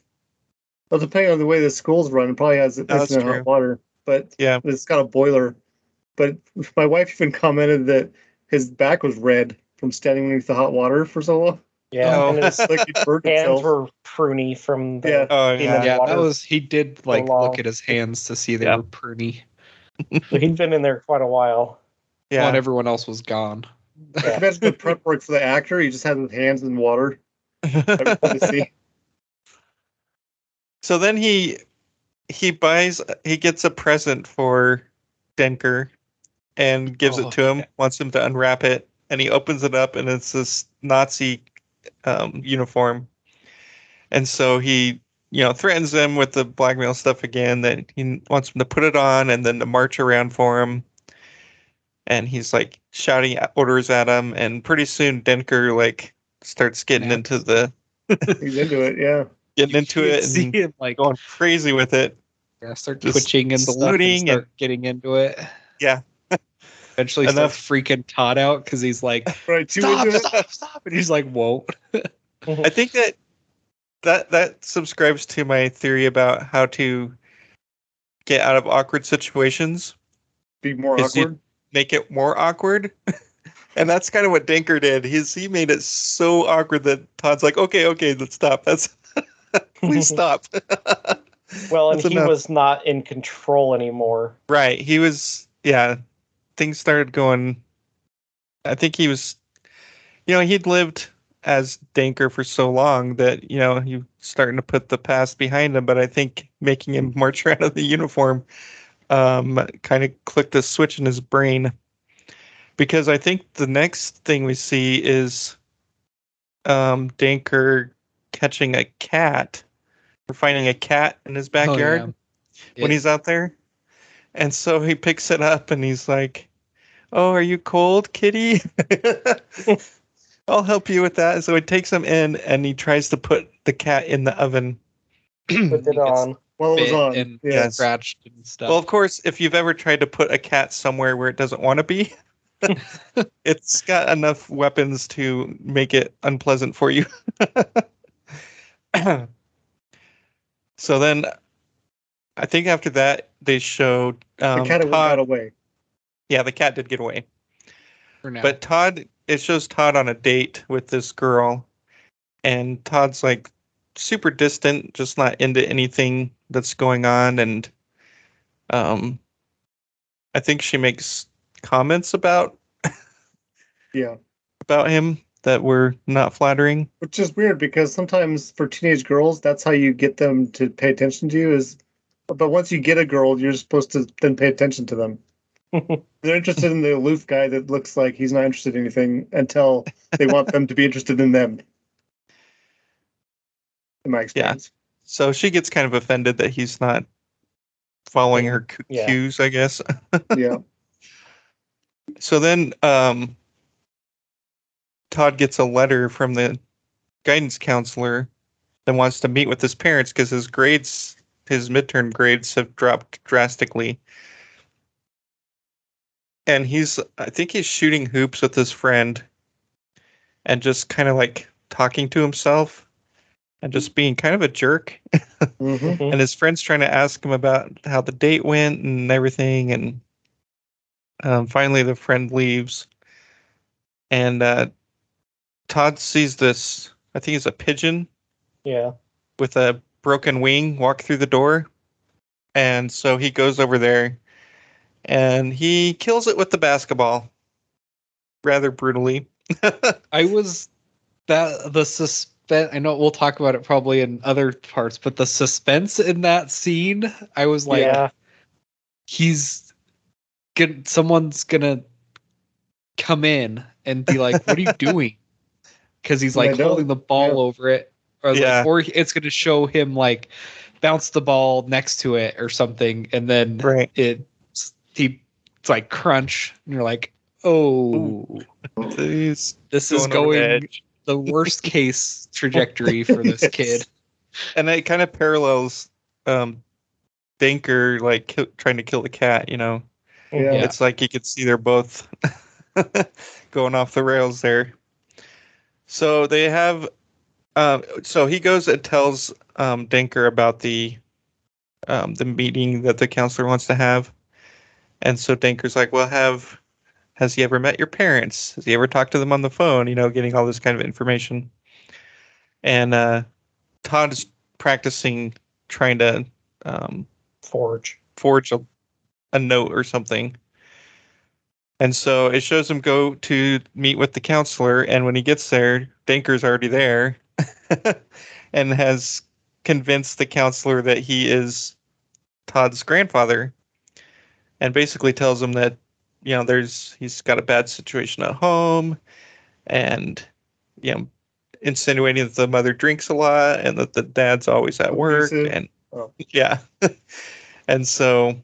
Well, depending on the way the school's run, it probably has it That's mixing in true. hot water, but Yeah. it's got a boiler. But my wife even commented that his back was red from standing underneath the hot water for so long. Yeah, Oh. and [laughs] his It's like he [laughs] burned hands himself. were pruny from the. Yeah. Oh He yeah. knows. Yeah, that water was he did like long. look at his hands to see they Yeah. were pruny. So [laughs] he'd been in there quite a while. Yeah. Yeah. everyone else was gone. Yeah. Imagine the prep work for the actor. He just had his hands in water. [laughs] Everyone to see. so then he he buys he gets a present for Denker and gives Oh, it to him, yeah. wants him to unwrap it, and he opens it up and it's this Nazi um, uniform. And so he, you know, threatens them with the blackmail stuff again that he wants them to put it on and then to march around for him. And he's like shouting orders at him, and pretty soon Denker like starts getting Snaps. into the He's into it. Yeah. getting into You it see and him like going crazy with it. yeah, start just twitching and stuff and saluting and- start getting into it. Yeah. [laughs] Eventually And starts freaking Todd out because he's [laughs] like, Right. Too stop, into stop, stop. And he's like, whoa. I think that that that subscribes to my theory about how to get out of awkward situations, it. Be more Is he- awkward. make it more awkward. [laughs] and that's kind of what Denker did. He's he made it so awkward that Todd's like, okay, okay, let's stop. That's [laughs] [laughs] please stop. [laughs] well, and That's he enough. was not in control [clears throat] anymore. Right. He was yeah, things started going I think he was you know, he'd lived as Danker for so long that, you know, he was starting to put the past behind him, but I think making him [laughs] march around in the uniform um kind of clicked a switch in his brain. Because I think the next thing we see is um Danker catching a cat or finding a cat in Oh, his backyard when Yeah. he's out there. And so he picks it up and he's like, Oh, are you cold, [laughs] kitty? I'll help you with that. And so he takes him in and he tries to put the cat in the oven. Put it He gets on. While it was bit on. and yeah. scratched and stuff. Well, of course, if you've ever tried to put a cat somewhere where it doesn't want to [laughs] be, it's got enough weapons to make it unpleasant for you. [laughs] so then I think after that, they showed um, the cat went Todd- got away. Yeah, the cat did get away. for now. But Todd, it shows Todd on a date with this girl, and Todd's like super distant, just not into anything that's going on. And um, I think she makes comments [laughs] about Yeah. about him that were not flattering. Which is weird because sometimes for teenage girls, that's how you get them to pay attention to you. Is but once you get a girl, you're supposed to then pay attention to them. They're interested in the aloof guy that looks like he's not interested in anything until they want them to be interested in them. In my experience, So she gets kind of offended that he's not following her cu- Yeah. cues, I guess. yeah. So then um, Todd gets a letter from the guidance counselor that wants to meet with his parents because his grades, his midterm grades, have dropped drastically. And he's, I think he's shooting hoops with his friend and just kind of like talking to himself and just being kind of a jerk hmm and his friends trying to ask him about how the date went and everything and um, finally the friend leaves and uh, todd sees this i think it's a pigeon Yeah. with a broken wing walk through the door and so he goes over there and he kills it with the basketball rather brutally I was that the suspense. I know we'll talk about it probably in other parts, but the suspense in that scene, I was like, yeah. he's gonna someone's gonna come in and be like, "What are you doing?" Because he's And like they don't. holding the ball Yeah. over it, or Yeah. like, or it's gonna show him like bounce the ball next to it or something, and then right it he it's like crunch, and you're like, "Oh, he's this is over the going edge. [laughs] the worst case trajectory for this Yes. kid." and it kind of parallels um Banker like ki- trying to kill the cat. You know, Yeah. Yeah. it's like you could see they're both [laughs] going off the rails there. So they have, um, so he goes and tells um, Denker about the um, the meeting that the counselor wants to have, and so Denker's like, "Well, have has he ever met your parents? Has he ever talked to them on the phone? You know, getting all this kind of information." And uh, Todd is practicing trying to um, Forge. forge a, a note or something. And so it shows him go to meet with the counselor, and when he gets there, Denker's already there [laughs] and has convinced the counselor that he is Todd's grandfather and basically tells him that, you know, there's he's got a bad situation at home and you know insinuating that the mother drinks a lot and that the dad's always at work Abusive. and Oh. [laughs] yeah. and so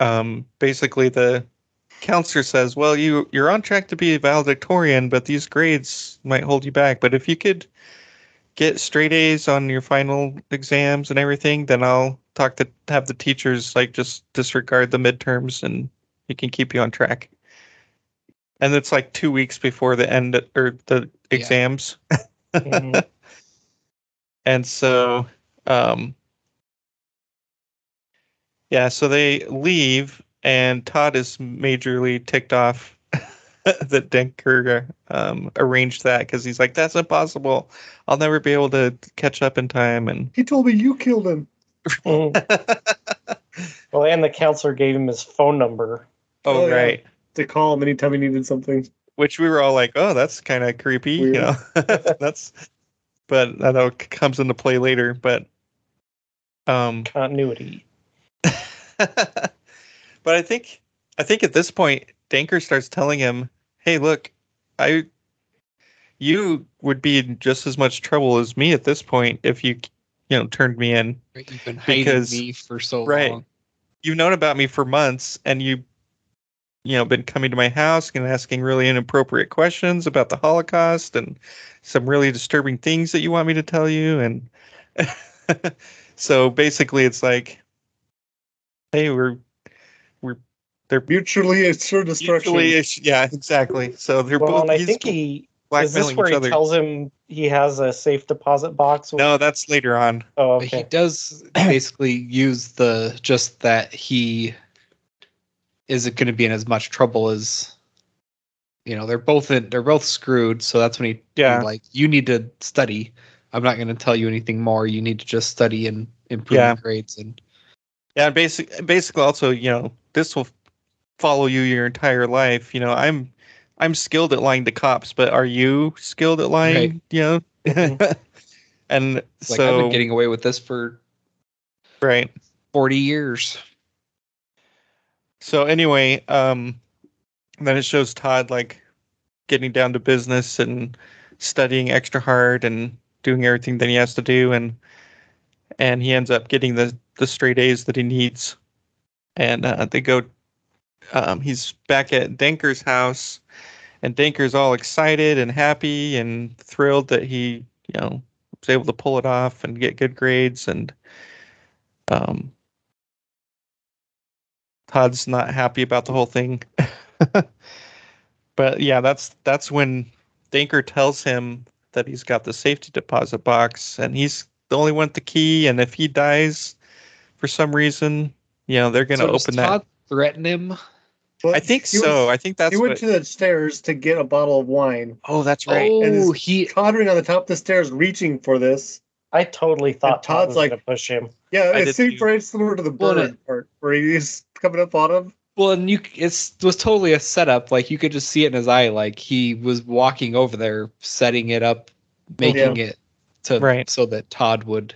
um basically the counselor says, "Well, you you're on track to be a valedictorian, but these grades might hold you back. But if you could get straight A's on your final exams and everything, then I'll talk to have the teachers like just disregard the midterms and it can keep you on track." And it's like 2 weeks before the end or the Yeah. exams. Mhm. And so, um, yeah, so they leave, and Todd is majorly ticked off [laughs] that Denker um, arranged that because he's like, that's impossible. I'll never be able to catch up in time. And He told me you killed him. Mhm. [laughs] well, and the counselor gave him his phone number. oh, Oh, yeah. right. To call him anytime he needed something. Which we were all like, oh, that's kind of creepy, Weird. you know? [laughs] that's, but that all comes into play later. But, um, Continuity. [laughs] but I think I think at this point Danker starts telling him, "Hey, look, I you would be in just as much trouble as me at this point if you you know turned me in. You've been hiding Because- me for so right. long. You've known about me for months and you you know been coming to my house and asking really inappropriate questions about the Holocaust and some really disturbing things that you want me to tell you and [laughs] so basically it's like hey, we're we're they're Mutually assured destruction. Mutually assu- yeah, exactly. So they're Well, and both I he's think he is this blackmailing where each he other. tells him he has a safe deposit box. with- No, that's later on. Oh, But he okay. does basically use the just that he isn't going to be in as much trouble as you know they're both in they're both screwed so that's when he Yeah. he's like you need to study i'm not going to tell you anything more you need to just study and improve Yeah. your grades and Yeah, and basic basically also, you know, this will follow you your entire life. You know, I'm I'm skilled at lying to cops, but are you skilled at lying? Right. You know? Mhm. [laughs] and it's like i've so been getting away with this for right. 40 years So anyway, um then it shows Todd like getting down to business and studying extra hard and doing everything that he has to do and and he ends up getting the the straight A's that he needs. And uh, they go um he's back at Denker's house and Denker's all excited and happy and thrilled that he, you know, was able to pull it off and get good grades and um Todd's not happy about the whole thing. [laughs] but yeah, that's that's when Dinker tells him that he's got the safety deposit box and he's the only one with the key and if he dies for some reason, you know, they're gonna So does open Todd threaten him But that. I think he so. Went, I think that's he went what, to the stairs to get a bottle of wine. Oh, that's right. And oh his- he Tottering on the top of the stairs, reaching for this. I totally And thought Todd's Todd was like- going to push him. Yeah, I it did seemed too. very similar to the Well, bird part, where he's coming up on him. Well, and you, it's, it was totally a setup. Like you could just see it in his eye. Like he was walking over there, setting it up, making it to Right. so that Todd would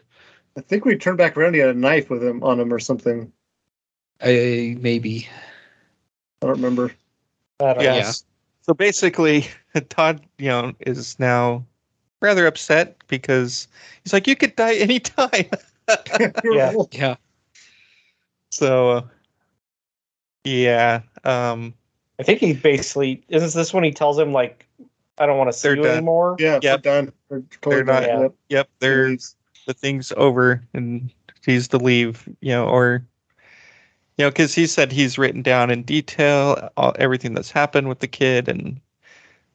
I think we turned back around. He had a knife with him on him or something. uh, maybe. I don't remember. [laughs] Oh, I don't know. Yes. So basically, [laughs] Todd, you know, is now rather upset because he's like, you could die [laughs] anytime. You're Yeah. old. Yeah, so, uh, yeah. Um, I think he basically isn't this when he tells him like I don't want to see They're you done. anymore. yeah, Yep. we're done. We're totally They're not- done. Yep. yep. He They're leaves. the thing's over and he's to leave, you know, or you know, because he said he's written down in detail all, everything that's happened with the kid, and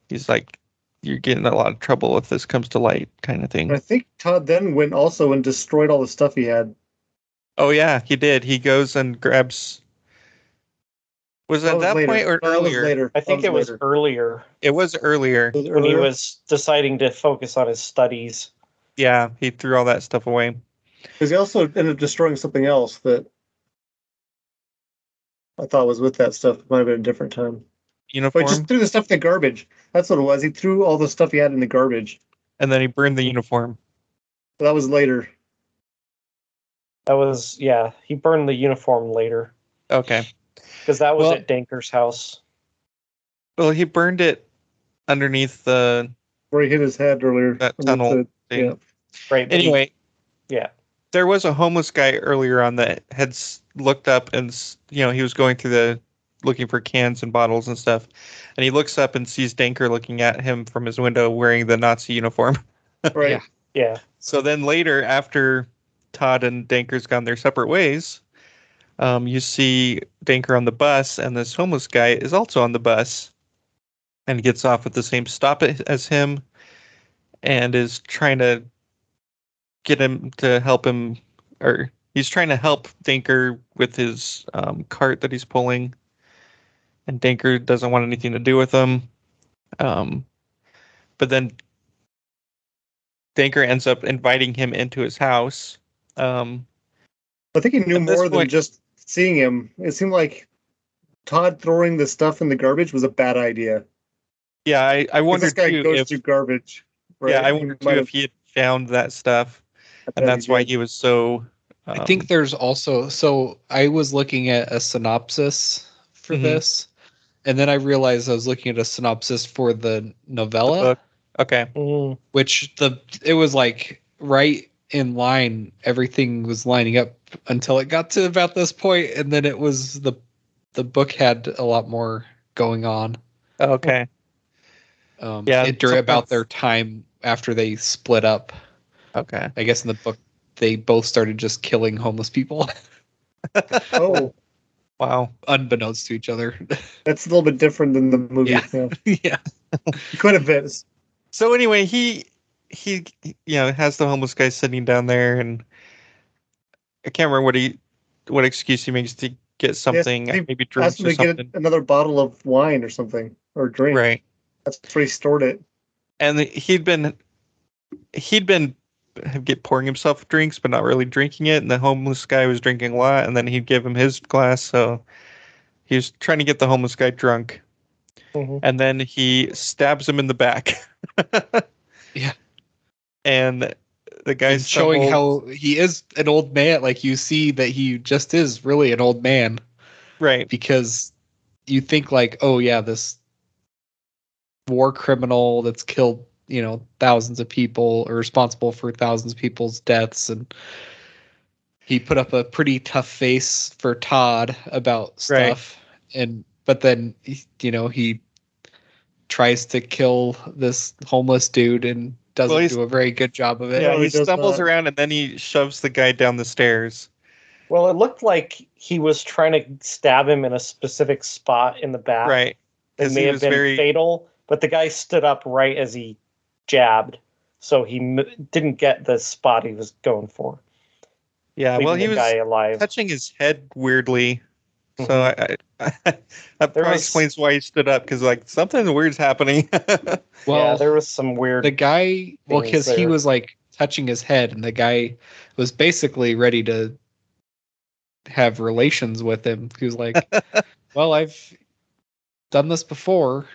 he's like, "You're getting a lot of trouble if this comes to light," kind of And I thing. think Todd then went also and destroyed all the stuff he had. Oh yeah, he did. He goes and grabs. Was it That at was that later. point or No, that was earlier? later. I think That it was later. earlier It was earlier. It was when he earlier. was deciding to focus on his studies. Yeah, he threw all that stuff away. Because he also ended up destroying something else that I thought was with that stuff. It might have been a different time. But Uniform, he just threw the stuff in the garbage. That's what it was. He threw all the stuff he had in the garbage. and then he burned the uniform. But that was later. That was yeah. He burned the uniform later Okay. because that was Well- at Danker's house. Well, he burned it underneath the Where he hit his head earlier. That with tunnel the- thing. yeah. Right. but he- Anyway, yeah. there was a homeless guy earlier on that had s- looked up and s- you know he was going through the looking for cans and bottles and stuff, and he looks up and sees Danker looking at him from his window wearing the Nazi uniform. [laughs] Right. Yeah. yeah. So then later, after Todd and Danker's gone their separate ways, um, you see Danker on the bus, and this homeless guy is also on the bus and gets off at the same stop a- as him and is trying to get him to help him, or he's trying to help Danker with his um, cart that he's pulling. And Danker doesn't want anything to do with him. Um, but then Danker ends up inviting him into his house. Um, I think he knew At this more than point- just seeing him. It seemed like Todd throwing the stuff in the garbage was a bad idea. yeah, I, I 'Cause wonder This guy too goes if through garbage. right? yeah, I He wonder too might if have- he had found that stuff, and bet he that's why did. he was so. Um, I think there's also so I was looking at a synopsis for Mhm. this, and then I realized I was looking at a synopsis for the the novella, book- Okay, Mm, which the it was like right in line. Everything was lining up until it got to about this point, and then it was the the book had a lot more going on. okay, Um, Yeah, it, during about sometimes- their time after they split up. okay. I guess in the book they both started just killing homeless people, [laughs] Oh, Wow. unbeknownst to each other. [laughs] that's a little bit different than the movie. Yeah. yeah. yeah. He could have been. So anyway, he he you know has the homeless guy sitting down there, and I can't remember what he what excuse he makes to get something, he maybe drinks Asked him or to get something, another bottle of wine or something or drink. right? That's where he stored it. and he'd been he'd been get pouring himself drinks but not really drinking it and the homeless guy was drinking a lot and then he'd give him his glass so he was trying to get the homeless guy drunk mhm. and then he stabs him in the back [laughs] Yeah. and the guy's showing how he is an old man. Like you see that he just is really an old man right because you think like, oh yeah, this war criminal that's killed you know thousands of people or responsible for thousands of people's deaths and he put up a pretty tough face for Todd about Right. stuff and but then he- you know he tries to kill this homeless dude and doesn't he's- do a very good job of it. yeah No, he he does stumbles not. around and then he shoves the guy down the stairs Well, it looked like he was trying to stab him in a specific spot in the back. right It because may he have was been very fatal, but the guy stood up right as he jabbed, so he m- didn't get the spot he was going for. yeah well leaving he the was guy alive. touching his head weirdly. So Mhm. I, I, [laughs] that There probably was- explains why he stood up because like something weird's happening. [laughs] yeah, there was some weird. the guy well things because he there. was like touching his head and the guy was basically ready to have relations with him he [laughs] was like well i've done this before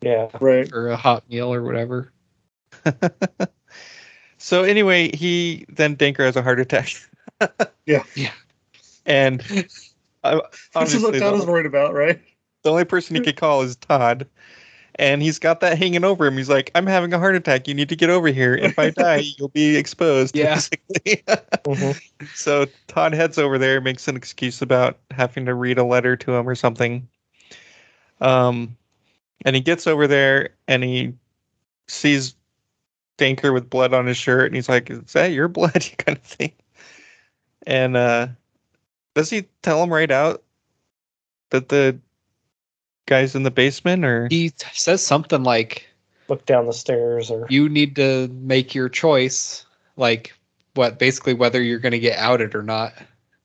yeah, Right. for a hot meal or whatever so anyway, he then Danker has a heart attack. [laughs] Yeah. Yeah. And uh, Which is what obviously Todd was the, worried about, right? the only person he could call is Todd, and he's got that hanging over him. He's like, "I'm having a heart attack. You need to get over here. If I die, you'll be exposed." Yeah. Basically. Mhm. So Todd heads over there, makes an excuse about having to read a letter to him or something. Um, and he gets over there and he sees stinker with blood on his shirt, and he's like, "Is that your [laughs] blood?" kind of thing. And uh, does he tell him right out that the guy's in the basement, or He t- says something like, Look down the stairs or "You need to make your choice, like what basically whether you're going to get outed or not.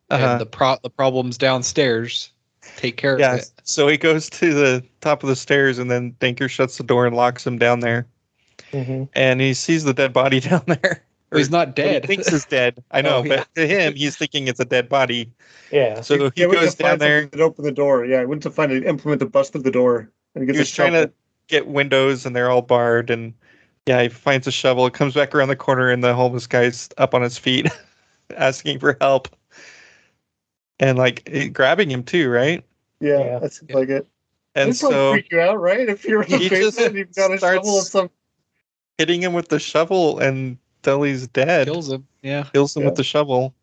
Uh-huh. And the pro the problem's downstairs. Take care yeah? of it." So he goes to the top of the stairs, and then Dinker shuts the door and locks him down there, Mhm. and he sees the dead body [laughs] down there. Well, He's not What dead. He thinks is dead. I know, Oh, yeah. but to him, he's thinking it's a dead body. yeah. So he yeah, we goes down there. To open the door. Yeah, I went to find an implement to bust through the door. And he was trying to get windows and they're all barred and yeah he finds a shovel comes back around the corner and the homeless guy's up on his feet [laughs] asking for help and like it- grabbing him too right Yeah, Yeah. that seems Yeah. like it. and This would so freak you out, right? If you're in the He just basement, and you've got a shovel and starts- some. hitting him with the shovel and till he's dead kills, [laughs] Kills him. Yeah. him Yeah. with the shovel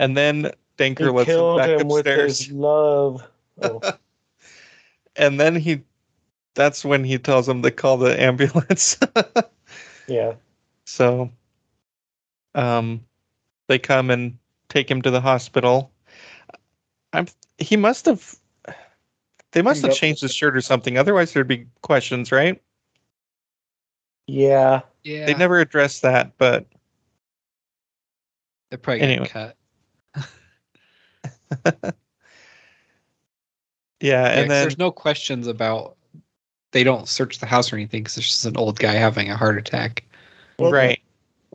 and then He Danker lets him killed back him with upstairs [laughs] his love. Oh, and then he that's when he tells him to call the ambulance [laughs] yeah. So um they come and take him to the hospital. I'm he must have they must have Cleaned up. changed his shirt or something. Otherwise there'd be questions, right? Yeah. Yeah. They never addressed that, but They're probably gonna Anyway. cut. yeah, Yeah, 'cause and then there's no questions about. They don't search the house or anything because it's just an old guy having a heart attack. Well, right.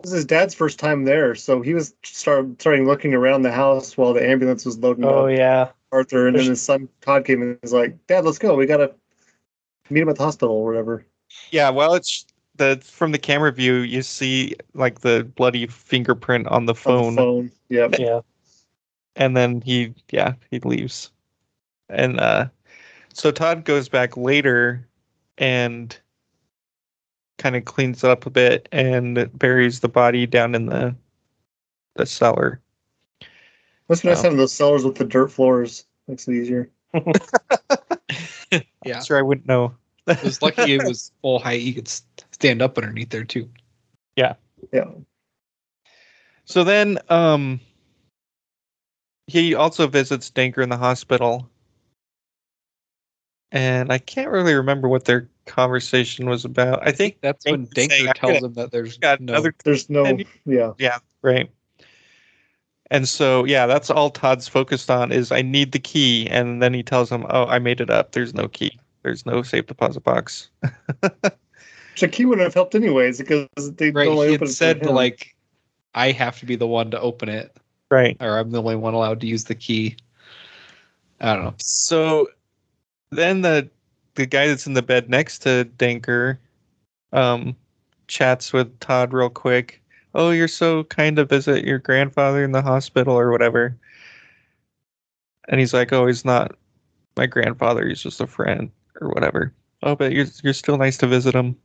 This is his dad's first time there, so he was start, starting looking around the house while the ambulance was loading Oh up yeah. Arthur, and then There's- his son Todd came in and was like, "Dad, let's go. We gotta meet him at the hospital or whatever." Yeah, well it's the from the camera view you see like the bloody fingerprint on the On phone the phone. Yep. Yeah. and then he yeah, he leaves. And uh so Todd goes back later and kind of cleans it up a bit and buries the body down in the the cellar. Must be nice Oh. having those cellars with the dirt floors. Makes it easier. Yeah. Sure I wouldn't know. It was lucky it [laughs] was full height. You could s- stand up underneath there too. Yeah. So then um he also visits Danker in the hospital. And I can't really remember what their conversation was about. I think that's when Danker's saying, Danker "I'm tells gonna- him that there's got no. another There's no. And you- Yeah. Right. And so, yeah, that's all Todd's focused on is I need the key, and then he tells him, "Oh, I made it up. There's no key. There's no safe deposit box." Which key wouldn't have helped anyways because they right. only He open had it for said him. like, I have to be the one to open it, Right. or I'm the only one allowed to use the key. I don't know. So then the the guy that's in the bed next to Danker um, chats with Todd real quick. Oh, you're so kind to visit your grandfather in the hospital or whatever. And he's like, "Oh, he's not my grandfather. He's just a friend or whatever." Oh, but you're you're still nice to visit him.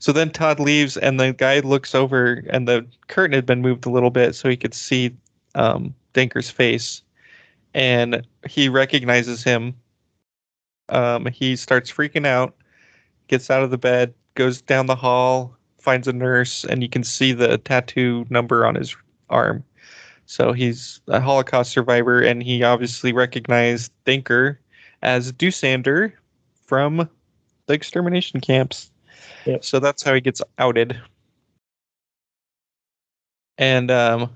So then Todd leaves, and the guy looks over, and the curtain had been moved a little bit so he could see um, Danker's face, and he recognizes him. Um, he starts freaking out, gets out of the bed, goes down the hall, finds a nurse, and you can see the tattoo number on his arm. So he's a Holocaust survivor, and he obviously recognized Thinker as Deusander from the extermination camps. Yep. So that's how he gets outed. And um,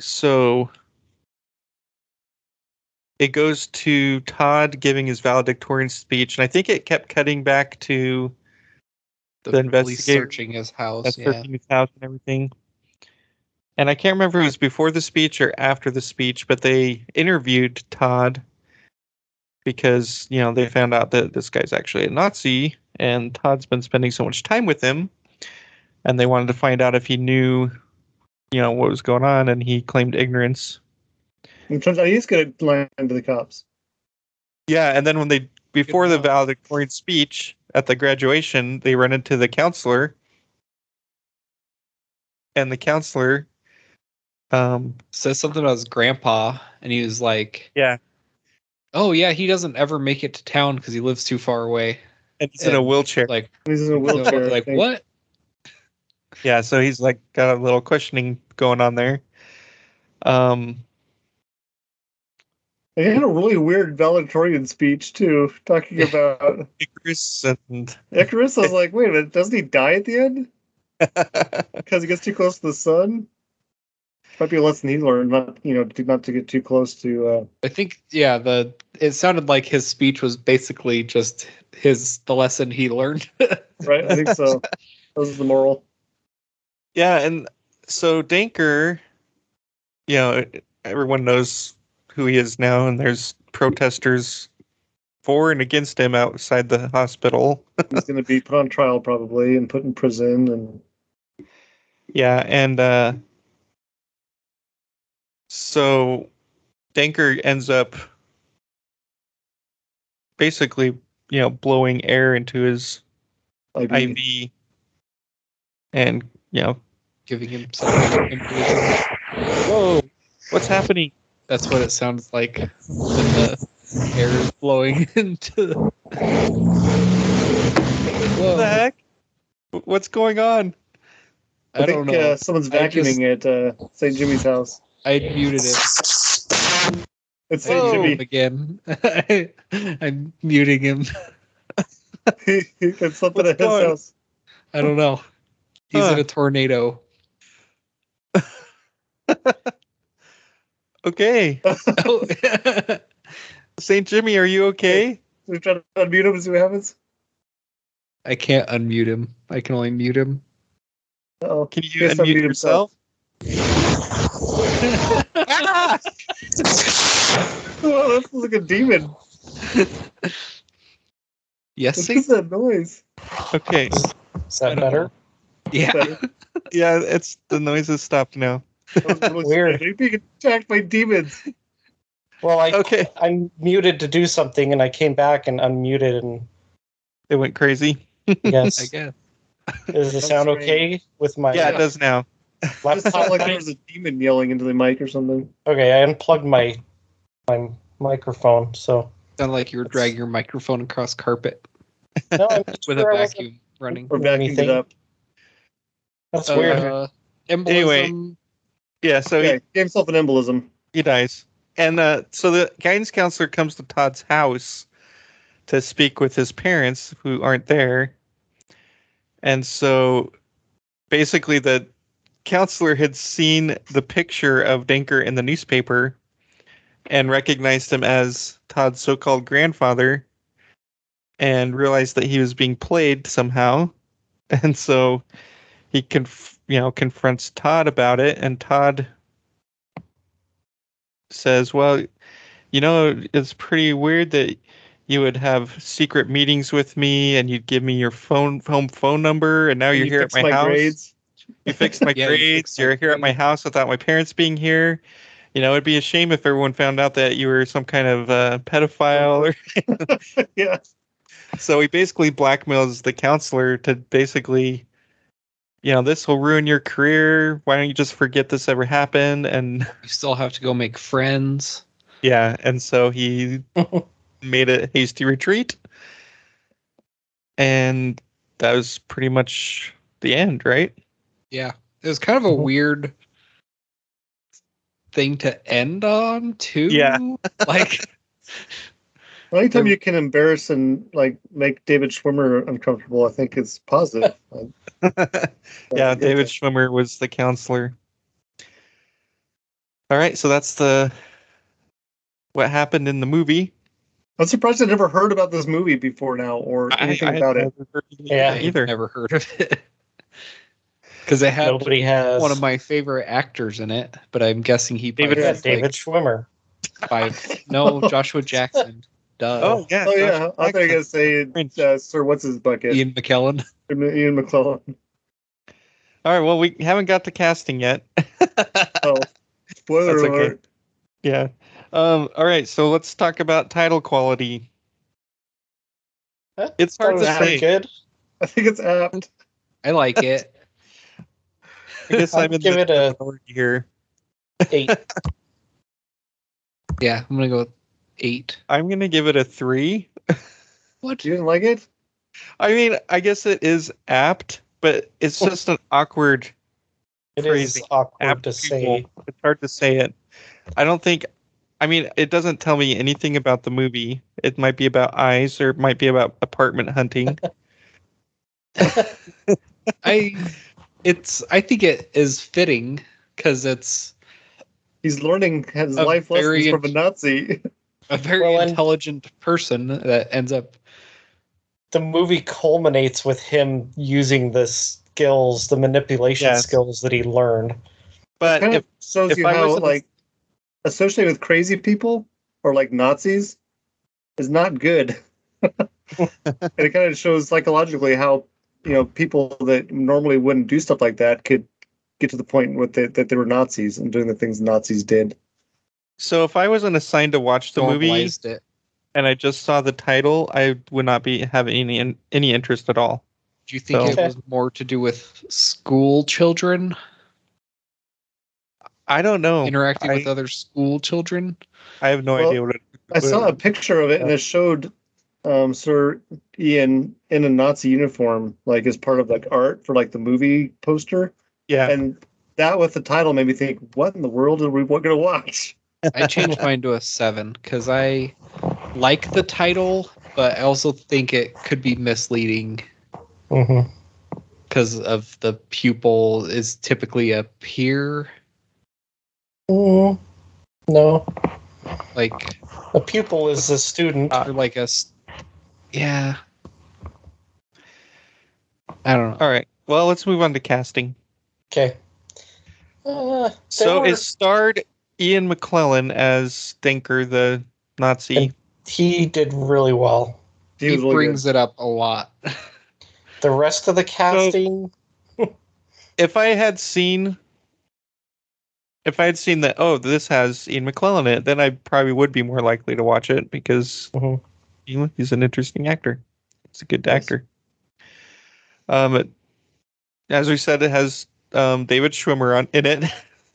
so it goes to Todd giving his valedictorian speech, and I think it kept cutting back to The, The police investigator- searching his house. that's yeah. 13th house and everything. And I can't remember if it was before the speech or after the speech, but they interviewed Todd because, you know, they found out that this guy's actually a Nazi and Todd's been spending so much time with him. And they wanted to find out if he knew, you know, what was going on. And he claimed ignorance. And turns out he's gonna lie to the cops. Yeah, and then when they before the luck. valedictorian speech at the graduation, they run into the counselor, and the counselor, um, Says something about his grandpa, and he was like, Yeah. Oh yeah, he doesn't ever make it to town because he lives too far away. and he's in a And- wheelchair. Like, He's in a wheelchair. I like think. what? Yeah, so he's like got a little questioning going on there. Um, They had a really weird valedictorian speech too, talking about [laughs] Icarus and [laughs] Icarus. I was like, wait a minute, doesn't he die at the end because he gets too close to the sun? Might be a lesson he learned, not you know, to, not to get too close to. Uh, I think yeah. The it sounded like his speech was basically just his the lesson he learned. [laughs] right, I think so. That was the moral. yeah, and so Danker, you know, everyone knows who he is now, and there's protesters for and against him outside the hospital. He's going to be put on trial probably and put in prison. And Yeah, and uh so Danker ends up basically, you know, blowing air into his like, IV and you know giving him some information. Whoa, what's happening? That's what it sounds like when the air is blowing [laughs] into. The... What the Whoa, heck? Wh- What's going on? I, I think don't know. Uh, someone's I just- vacuuming at uh, St. Jimmy's house. I muted it. It's St. Whoa. Jimmy. again. I, [laughs] am muting him. [laughs] it's something What's at his going- house. I don't know. He's Huh. in a tornado. [laughs] Okay. Oh, St. Jimmy, are you okay? We try to unmute him and see what happens. I can't unmute him. I can only mute him. Oh, Can you unmute yourself? Ah! [laughs] Oh, that sounds like [laughs] a demon. Yes, What Saint- is [laughs] that noise? [laughs] Okay. Is that don't better? yeah. That [laughs] Yeah, it's the noise has stopped now. was really Weird. scary. Being attacked [laughs] by demons. Well, I Okay. I muted to do something, and I came back and unmuted, [laughs] and It went crazy. I yes, guess. is the sound okay with my Yeah, it does now. It [laughs] just laptop? sounded like there mic? was a demon yelling into the mic or something. Okay, I unplugged my my microphone, so Sound like you were dragging your microphone across carpet no, [laughs] I'm not with sure a I wasn't- vacuum running. Or vacuumed Anything. it up. That's weird. Uh, Anyway. embolism. Yeah, so Okay, gave himself an embolism. he, he dies. And uh, so the guidance counselor comes to Todd's house to speak with his parents who aren't there. And so basically, the counselor had seen the picture of Dinker in the newspaper and recognized him as Todd's so called grandfather and realized that he was being played somehow. [laughs] And so he conf- you know confronts Todd about it and Todd says, "Well, you know, it's pretty weird that you would have secret meetings with me and you'd give me your phone home phone number and now Oh, you're You here at fixed my, house." grades. you fixed my [laughs] Yeah, you grades. fixed my You're here at my grades. house without my parents being here. You know, it'd be a shame if everyone found out that you were some kind of uh, pedophile. [laughs] yeah. [laughs] so he basically blackmails the counselor to basically, you know, this will ruin your career. Why don't you just forget this ever happened? And [laughs] You still have to go make friends. yeah, and so [laughs] he made a hasty retreat. And that was pretty much the end, right? Yeah. It was kind of Mm-hmm. a weird thing to end on, too. Yeah. [laughs] Like, Well, anytime They're- you can embarrass and like make David Schwimmer uncomfortable, I think it's positive. [laughs] Like, yeah, good David thing. Schwimmer was the counselor. All right, so that's the what happened in the movie. I'm surprised I never heard about this movie before now or anything about it. Yeah. I've either. never heard of it. Because it had Nobody has one of my favorite actors in it, but I'm guessing he David probably yeah, has, David [laughs] like, Schwimmer. five. No, Joshua Jackson. Duh. Oh yeah. Oh yeah, Josh I thought you Jackson. guys say uh, Sir What's His Bucket, Ian, Ian McKellen. Ian McClellan. All right, well we haven't got to casting yet. [laughs] Oh, spoiler That's okay. alert! yeah. Um all right, so let's talk about title quality. Huh? It's That hard to was say. pretty Oh, [laughs] good. I think it's apt. I like it. I guess I'll I'm in give the it a minority here. eight. Yeah, I'm gonna go with eight. I'm gonna give it a three. What? You didn't like it? I mean, I guess it is apt, but it's just an awkward. It is Crazy. awkward apt to say. people. It's hard to say it. I don't think. I mean, it doesn't tell me anything about the movie. It might be about eyes, or it might be about apartment hunting. [laughs] I it's I think it is fitting because it's He's learning his A life lessons very from a Nazi. a very Well, and- intelligent person that ends up The movie culminates with him using the skills, the manipulation Yes. skills that he learned. But kind if of shows if you I how wasn't- like associating with crazy people or like Nazis is not good. [laughs] and it kind of shows psychologically how you know people that normally wouldn't do stuff like that could get to the point with the, that they were Nazis and doing the things Nazis did. so, if I wasn't assigned to watch the movie normalized it. and I just saw the title, I would not be having any any interest at all. Do you So- think it was more to do with school children I don't know. interacting Oh, I, with other school children? I have no Well, idea what it. I saw a picture of it and it showed um, Sir Ian in a Nazi uniform, like as part of like art for like the movie poster. Yeah. And that with the title made me think, what in the world are we going to watch? I changed mine to a seven because I like the title, but I also think it could be misleading Mm-hmm. because of the pupil is typically a peer. Mm-hmm. Mm, No, Like a pupil is a student. or uh, like a s- yeah i don't know All right. Well, let's move on to casting. Okay. Uh, there So were- it starred Ian McClellan as Denker, the Nazi. he did really well. He he, was really brings it up a lot The rest of the casting, If I had seen, if I had seen that, oh, this has Ian McClellan in it, then I probably would be more likely to watch it because Mhm. he- he's an interesting actor. He's a good Yes. actor. Um, it- as we said, it has um, David Schwimmer on in it,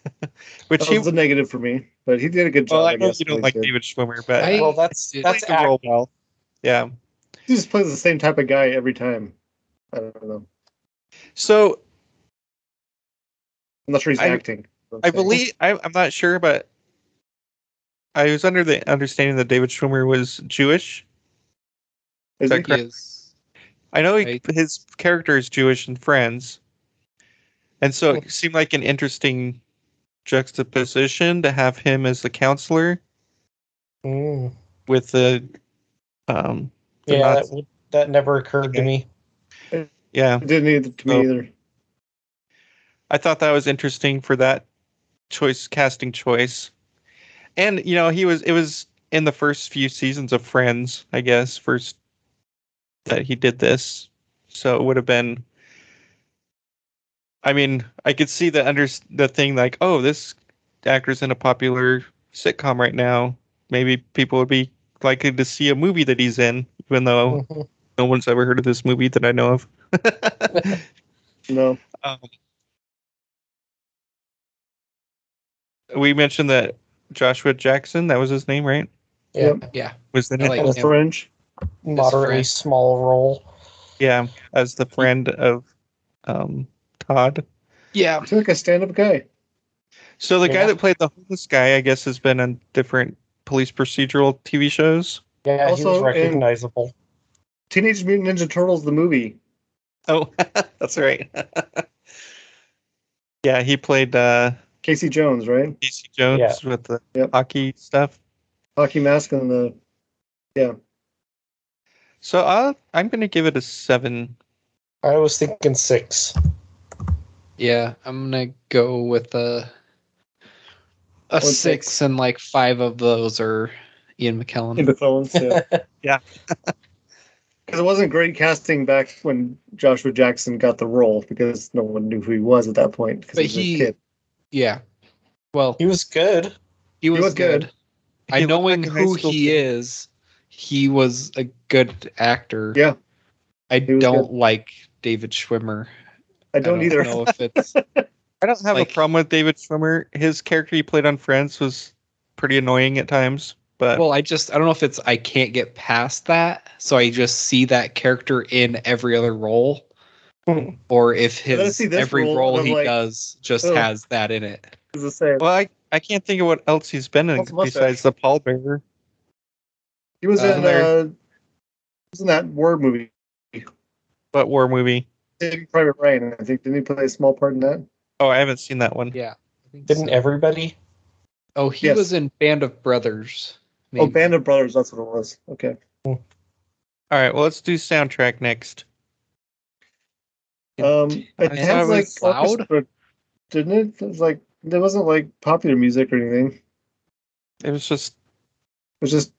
[laughs] which That he. was a negative for me, but he did a good job. Well, I, I know guess. you when don't he like did. David Schwimmer, but I- he well, that's It- that's played the role acting. well. Yeah. He just plays the same type of guy every time. I don't know. So I'm not sure he's I- acting. I believe I, I'm not sure, but I was under the understanding that David Schwimmer was Jewish. Is that he? he is I know he, Right. his character is Jewish in Friends, and so it seemed like an interesting juxtaposition to have him as the counselor Mm. with the, um, the Yeah, that, Nazi- would- that never occurred to Okay. me. yeah. It didn't either to Oh. me either. I thought that was interesting for that choice casting choice. And you know, he was it was in the first few seasons of Friends, I guess, first that he did this. So it would have been I mean, I could see the under the thing like, oh, this actor's in a popular sitcom right now. Maybe people would be likely to see a movie that he's in, even though Mhm. no one's ever heard of this movie that I know of. No. Um, we mentioned that Joshua Jackson, that was his name, right? Yeah, Yep. yeah Was the I like On the him. fringe. moderately friend. small role. yeah, as the friend of um, Todd. yeah He's like a stand up guy. So the guy Yeah. that played the homeless guy, I guess, has been on different police procedural TV shows. Yeah, he Also was in- recognizable. Teenage Mutant Ninja Turtles, the movie. Oh, that's right. [laughs] yeah, he played uh, Casey Jones, right? Casey Jones Yeah. with the Yep. hockey stuff. Hockey mask and the. So I'll, I'm going to give it a seven. I was thinking six. yeah i'm gonna go with a a six. six, and like five of those are ian mckellen McClellan's, [laughs] yeah. Yeah. Because it wasn't great casting back when Joshua Jackson got the role because no one knew who he was at that point because But he was he- a kid. yeah well He was good. he was, was good. good, i He looked knowing like a high who school he kid. is he was a good actor Yeah, i he was don't good. like david schwimmer I don't, either. [laughs] know if it's I don't have Like- a problem with David Schwimmer. His character he played on Friends was pretty annoying at times, But Well, I just I don't know if it's I can't get past that, so I just see that character in every other role, Hmm. or if I his see this every role, role and I'm he like, oh. does just "Ugh." has that in it. As I say, well, I, I can't think of what else he's been in What's the mustache? besides the pallbearer. he was uh, in there. uh, he was in that war movie, But war movie. Saving Private Ryan. I think didn't he play a small part in that? Oh, I haven't seen that one. Yeah. Didn't everybody? oh, he Yes. was in Band of Brothers. Oh, maybe. Band of Brothers. That's what it was. Okay. All right, well, let's do soundtrack next. Um, I it thought had it like was loud. orchestra, didn't it? It was like there wasn't like popular music or anything. It It was just was just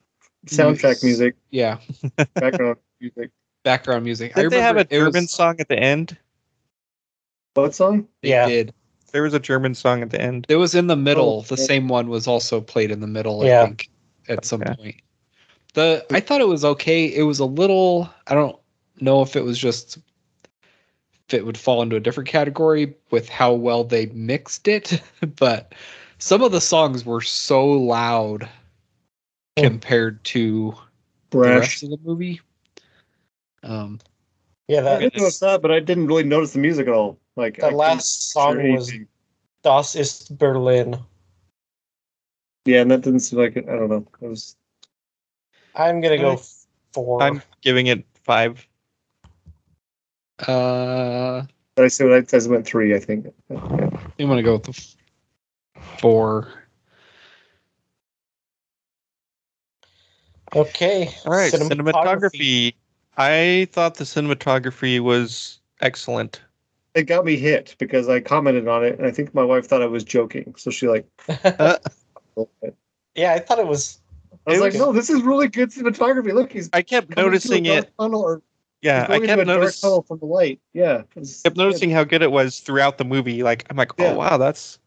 soundtrack Nice. music, Yeah, [laughs] background music. background music. I did they have remember a it was- German song at the end? What song? They Yeah. did. There was a German song at the end. It was in the middle. the okay. same one was also played in the middle, Yeah. I think, at some Okay. point. The I thought it was okay. It was a little I don't know if it was just if it would fall into a different category with how well they mixed it, [laughs] but some of the songs were so loud Hmm. compared to the Brash. rest of the movie. Um Yeah, I that didn't notice that, but I didn't really notice the music at all. Like I that didn't last hear song was anything. Das ist Berlin. yeah, and that didn't seem like it. I don't know. It was I'm gonna go four. I'm giving it five. uh I see what I, I went three. I think. Yeah. I'm gonna go with the f- four. okay. All right, cinematography. I thought the cinematography was excellent. It got me hit because I commented on it, and I think my wife thought I was joking, so she like. I yeah, I thought it was. was It like, was- no, this is really good cinematography. Look, he's I kept coming through a noticing dark it. Tunnel or Yeah, He's I going into kept a dark noticing. tunnel from the light. Yeah. it's- kept noticing how good it was throughout the movie. Like I'm like, oh Yeah. wow, that's.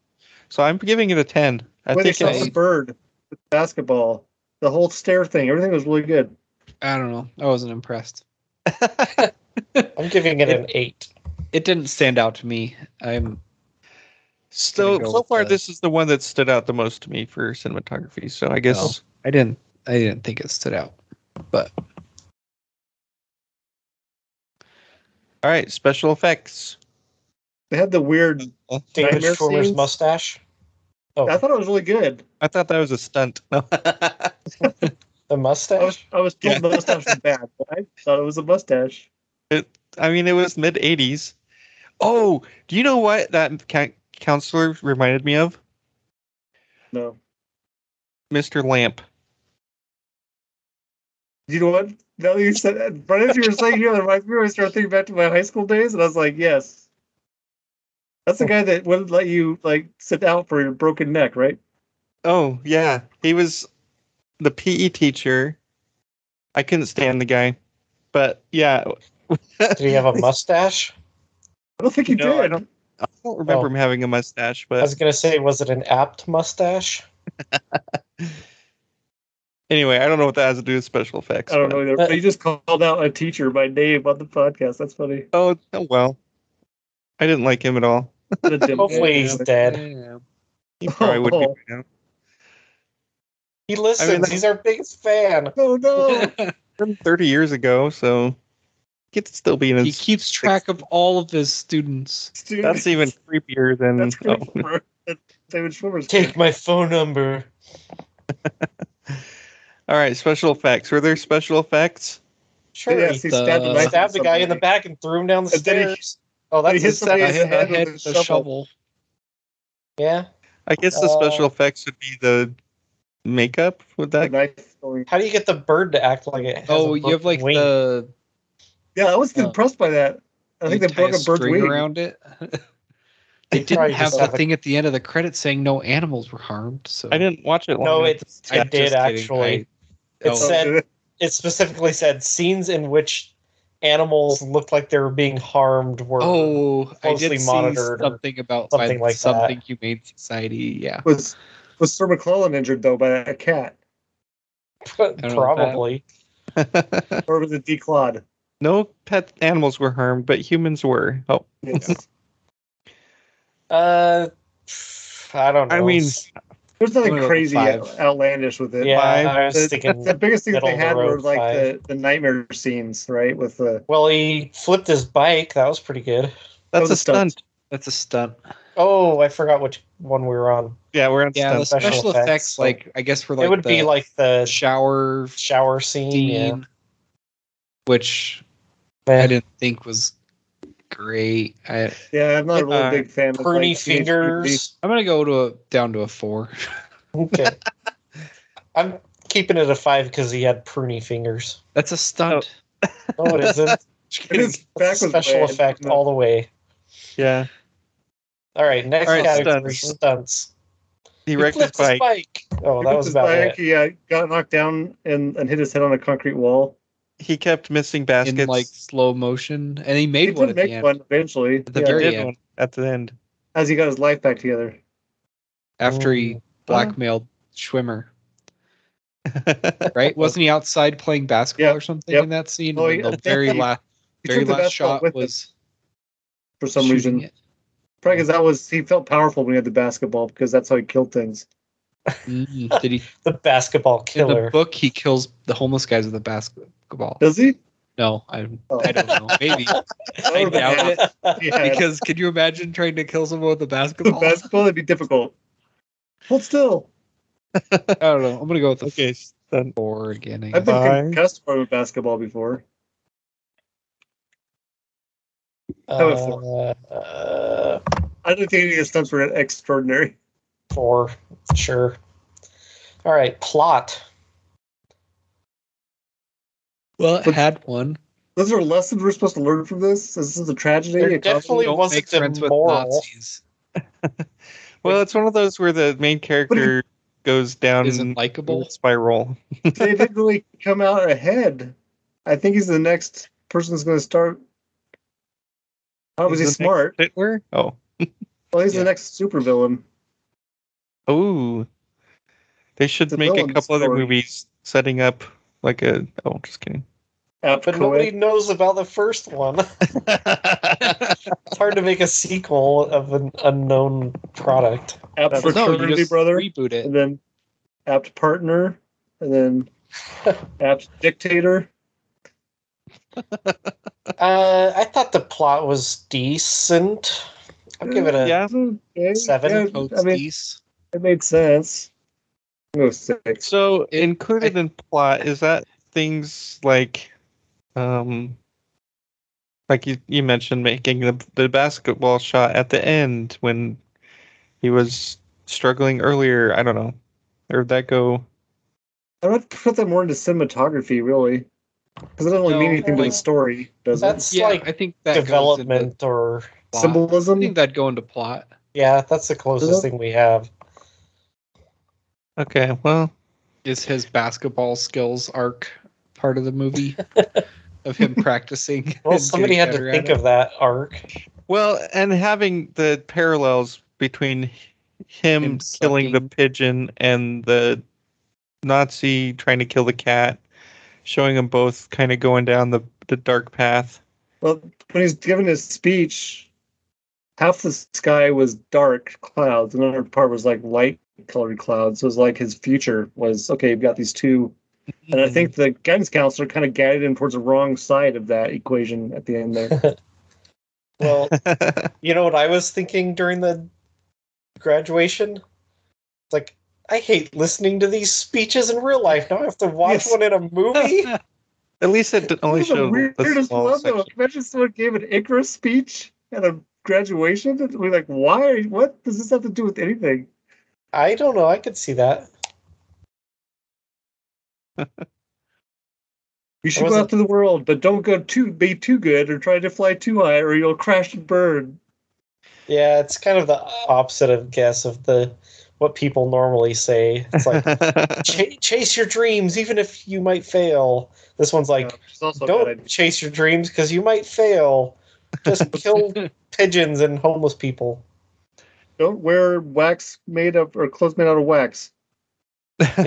So I'm giving it a ten. I when they think shot it's the bird, the basketball, the whole stair thing, everything was really good. I don't know. I wasn't impressed. [laughs] I'm giving it an eight. It didn't stand out to me. I'm so gonna go so with uh, far. the- This is the one that stood out the most to me for cinematography. So I guess I didn't I didn't think it stood out. all right. Special effects. They had the weird. David Nightmare Schwimmer's scenes? mustache. Oh, I thought it was really good. I thought that was a stunt. [laughs] No. the I was mustache. I was told Yeah. the mustache was bad, but I thought it was a mustache. I mean, it was mid '80s. Oh, do you know what that ca- counselor reminded me of? No. Mr. Lamp. You know what? Now that you said that, right after you were saying here, that reminds me. I started thinking back to my high school days, and I was like, yes. That's the guy that wouldn't let you like sit down for your broken neck, right? Oh yeah, he was the PE teacher. I couldn't stand the guy, but yeah, Did he have [laughs] a mustache? I don't think he No, did. I don't- I don't remember Oh. him having a mustache, I was but gonna say, was it an apt mustache? anyway, I don't know what that has to do with special effects. I don't but- know either. But you just called out a teacher by name on the podcast. That's funny. Oh, oh well, I didn't like him at all. [laughs] Hopefully he's dead. He probably [laughs] would be Oh. right now. He listens. like- he's our biggest fan. Oh [laughs] no! From Thirty years ago, so he could still be in he his. keeps track of all of his students. Dude, That's even creepier than. [laughs] that's oh. great for that's David Schwimmer's. Take my phone number. All right, special effects. Were there special effects? Sure. Yes, he stabbed a Uh, knife in stabbed the guy in the somebody. back and threw him down the And then he- stairs. oh, that's he hit his somebody I in the hit my head, head with with a a shovel. shovel. yeah. I guess Uh, the special effects would be the makeup. Would The that? knife going- How do you get the bird to act like it? Has Oh, a you have broken like wing? the. Yeah, I was Oh. impressed by that. I think you tie they broke a bird's string wing. around it. [laughs] They they didn't probably have just the have a- thing at the end of the credits saying no animals were harmed. So I didn't watch it. Long [laughs] No, enough. it it Yeah, did just kidding. actually. I- It oh, said- It specifically said scenes in which animals looked like they were being harmed [laughs] were. oh, I closely did see monitored or something about something by like that. something humane society. Yeah, was was Sir McClellan injured though by a cat, know about that. probably. or was it declawed? no pet animals were harmed, but humans were. Oh, Yes. Uh, I don't know. I mean, There's nothing What about crazy five? out- outlandish with it. Yeah, Five. I was The, thinking. the biggest thing that middle of they the had were road like five. the, the nightmare scenes, right? With the well, he flipped his bike. That was pretty good. That's the a stunt. stunts. That's a stunt. Oh, I forgot which one we were on. Yeah, we're on Yeah, the stunts. Special special, effects, effects, so- like I guess were like it would be the like the shower shower scene. scene, yeah. which Man, I didn't think was great. I yeah, I'm not a really Uh, big fan. of Pruny like, THPB. fingers. I'm gonna go to a down to a four. okay. [laughs] I'm keeping it a five because he had pruny fingers. That's a stunt. Oh, No, [laughs] it isn't. His It's back was special bad. effect all the way. Yeah, All right, next All right, category stunts. stunts. he wrecked his flipped bike. Oh, He that whipped was his about bike, it. He uh, got knocked down and, and hit his head on a concrete wall. He kept missing in baskets. like slow motion, and he He made one did at the make end. one eventually. At the yeah, He very did end. one at the end. as he got his life back together. after he Oh. Mm. blackmailed [laughs] Schwimmer. right? Wasn't he outside playing basketball Yep. or something Yep. in that scene? Oh, and then yeah. the [laughs] very He last, He very took the last basketball shot with him was for some shooting reason. it. Probably because that was he felt powerful when he had the basketball because that's how he killed things. Mm, did he? The basketball In killer. the book, he kills the homeless guys with a basketball. Does he? No, I, Oh. [laughs] I don't know. Maybe I doubt it Yeah, because can you imagine trying to kill someone with a [laughs] the basketball? basketball would be difficult. Hold still. [laughs] I don't know. I'm gonna go with the okay, stunt. four again. I guess. I've been Bye. concussed from a basketball before. How about Uh, uh, I don't think any of the stunts were extraordinary. four, sure. All right, plot. Well, it But- had one. Those are lessons we're supposed to learn from this. This is a tragedy. There a comedy? definitely Don't wasn't make friends with immoral. Nazis. Well, it's one of those where the main character goes Um, down Isn't in likable. a spiral. [laughs] they didn't really come out ahead. I think he's the next person that's going to start. Oh, How was he He's the next smart? Hitler? Oh. Well, he's Yeah. the next supervillain. Ooh. They should The make a villain couple other story. movies setting up like a oh just kidding. Apt But nobody knows about the first one. it's hard to make a sequel of an unknown product. apt No, you fraternity just brother, reboot it. and then apt partner, and [laughs] then apt dictator. Uh, I thought the plot was decent. I'll give it a. Yeah. Okay, Seven yeah, Totes I mean, East. it made sense. I'm gonna go six. So It- included in plot is that things like um like you, you mentioned making the the basketball shot at the end when he was struggling earlier, I don't know. Or would that go I would put that more into cinematography, really, because it doesn't really No, mean anything to the like- story, does it? That's yeah, I like think that goes into development or. plot. I Symbolism. think that'd go into plot. Yeah, that's the closest thing we have. Okay, well Is his basketball skills arc part of [laughs] the movie of him practicing? Well, and somebody had getting to better at think it? of that arc. Well, and having the parallels between him, Him killing the sucking. pigeon and the Nazi trying to kill the cat, showing them both kind of going down the, the dark path. Well, when he's giving his speech, half the sky was dark clouds, and another part was like light colored clouds. So it was like his future was okay. You've got these two, and I think the guidance counselor kind of guided him towards the wrong side of that equation at the end there. [laughs] Well, I you know what I was thinking during the graduation? It's like, I hate listening to these speeches in real life. Now I have to watch Yes. one in a [laughs] movie. At least it d- [laughs] only This is the showed the weirdest small one though. section. Imagine someone gave an Icarus speech at a graduation. and We're like, why? Are you, what does this have to do with anything? I don't know. I could see that. You should go wasn't- out to the world, but don't go too be too good or try to fly too high, or you'll crash and burn. Yeah, it's kind of the opposite of guess of the what people normally say. It's like Ch- chase your dreams, even if you might fail. This one's like, Yeah, which is also a bad don't idea. chase your dreams because you might fail. [laughs] Just kill pigeons and homeless people. Don't wear wax made of or clothes made out of wax. [laughs]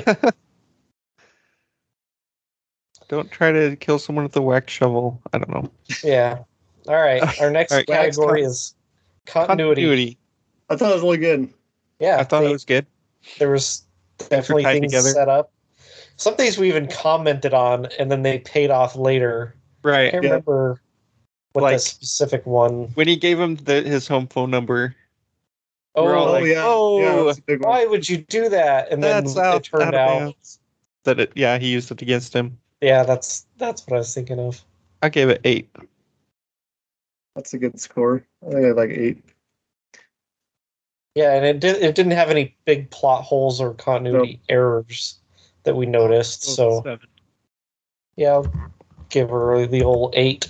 Don't try to kill someone with a wax shovel. I don't know. Yeah. All right. Our [laughs] next All right, category next is continuity. Continuity. I thought it was really good. Yeah. I thought they, it was good. There was definitely tied things together. set up. Some things we even commented on, and then they paid off later. I Right. can't Yeah. remember what the Like- specific one. When he gave him the, his home phone number, Oh, We're all like, like, yeah, yeah, oh, that's a big one. why would you do that? And then That's it out- out turned of out, bounds. that it, yeah, he used it against him. yeah, that's that's what I was thinking of. I gave it eight. That's a good score. I think I had like eight. Yeah, and it did. It didn't have any big plot holes or continuity errors that we noticed. So Seven. yeah, I'll give her the old eight.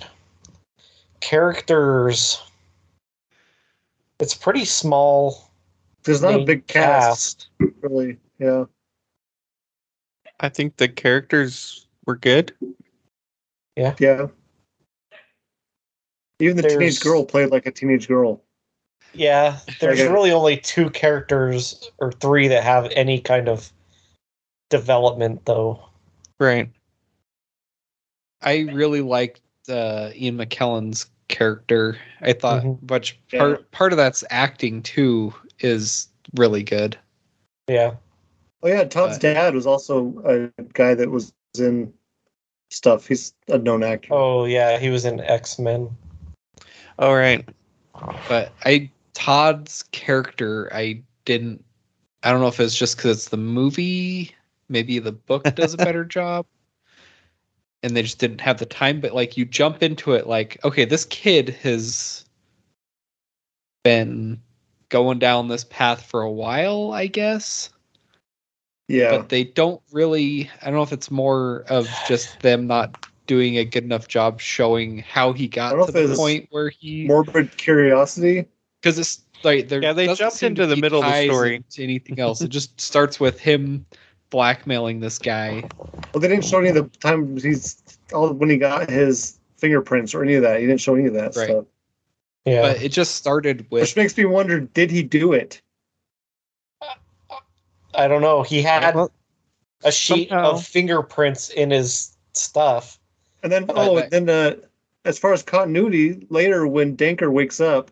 Characters. It's pretty small. There's not a main big cast, really. Yeah. I think the characters were good. Yeah. Even the There's- teenage girl played like a teenage girl. Yeah, there's Okay. really only two characters or three that have any kind of development, though. Right. I really liked uh, Ian McKellen's character. I thought Mhm. much Yeah. part part of that's acting too is really good. Yeah, Oh yeah, Todd's Uh, dad was also a guy that was in stuff. He's a known actor. Oh yeah, he was in X Men. All right. But I Todd's character, I didn't. I don't know if it's just because it's the movie. Maybe the [laughs] book does a better job, and they just didn't have the time. But like you jump into it, like okay, this kid has been going down this path for a while, I guess. yeah, but they don't really i don't know if it's more of just them not doing a good enough job showing how he I don't know got to if the it's point where he morbid curiosity. because it's like there Yeah, they doesn't jumped seem into to the be middle of the ties story. to anything else it just starts with him blackmailing this guy Well, they didn't show any of the time he's all when he got his fingerprints or any of that. He didn't show any of that Right. stuff, Yeah, but it just started which with makes me wonder: Did he do it? I don't know. He had Well, a sheet somehow- of fingerprints in his stuff. And then, Uh, oh, that- and then uh, as far as continuity, later when Danker wakes up,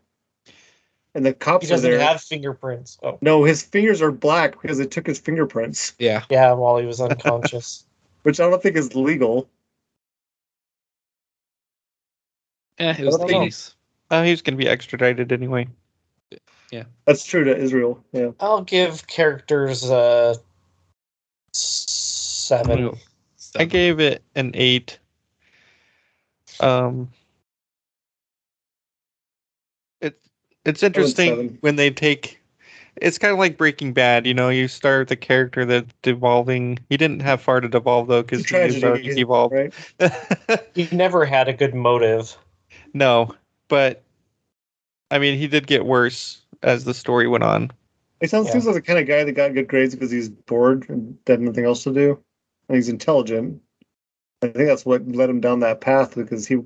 and the He cops are doesn't there. have fingerprints. Oh no, his fingers are black because they took his fingerprints, yeah yeah, while he was [laughs] unconscious. which I don't think is legal. eh, it was the don't know. 80s Oh, he's going to be extradited anyway. That's true to Israel. Yeah, I'll give characters a seven. I gave it an eight. Um, it it's seven. interesting when they take. It's kind of like Breaking Bad, you know. You start with a character that's devolving. He didn't have far to devolve though, because he was Tragedy, already devolved. right? He never had a good motive. [laughs] no, but I mean, he did get worse as the story went on. He sounds Yeah. seems like the kind of guy that got good grades because he's bored and had nothing else to do, and he's intelligent. I think that's what led him down that path because he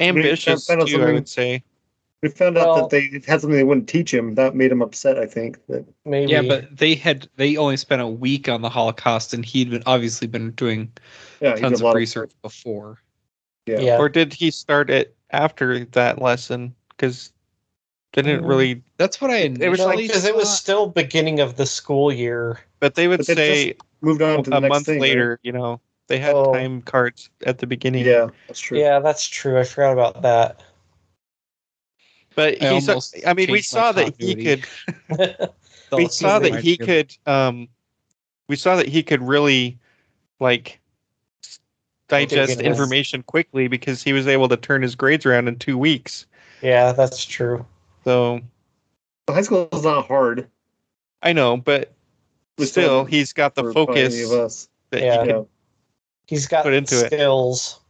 Ambitious find out too, I something- would say. we found Well- out that they had something they wouldn't teach him. That made him upset. I think that Maybe. yeah but they had they only spent a week on the holocaust and he'd been obviously been doing yeah, he did tons a of lot research before yeah. yeah. Or did he start it after that lesson? Because didn't Mm. really. that's what i initially was like- because it was thought. still beginning of the school year. But they would But they say Moved on to the a next month thing, right? later, you know, they had Oh. time cards at the beginning. Yeah, that's true. Yeah, that's true. I forgot about that. but I he. saw- almost I mean, we changed my saw that he continuity. could. We That's saw that right. he could. Um, we saw that he could really, like, s- digest was- information quickly because he was able to turn his grades around in two weeks. [laughs] Yeah, that's true. So But high school is not hard. I know, but We still still, haven't- he's got the for probably any of uh, focus us. that Yeah. he could. Yeah, He's got Put into it. skills.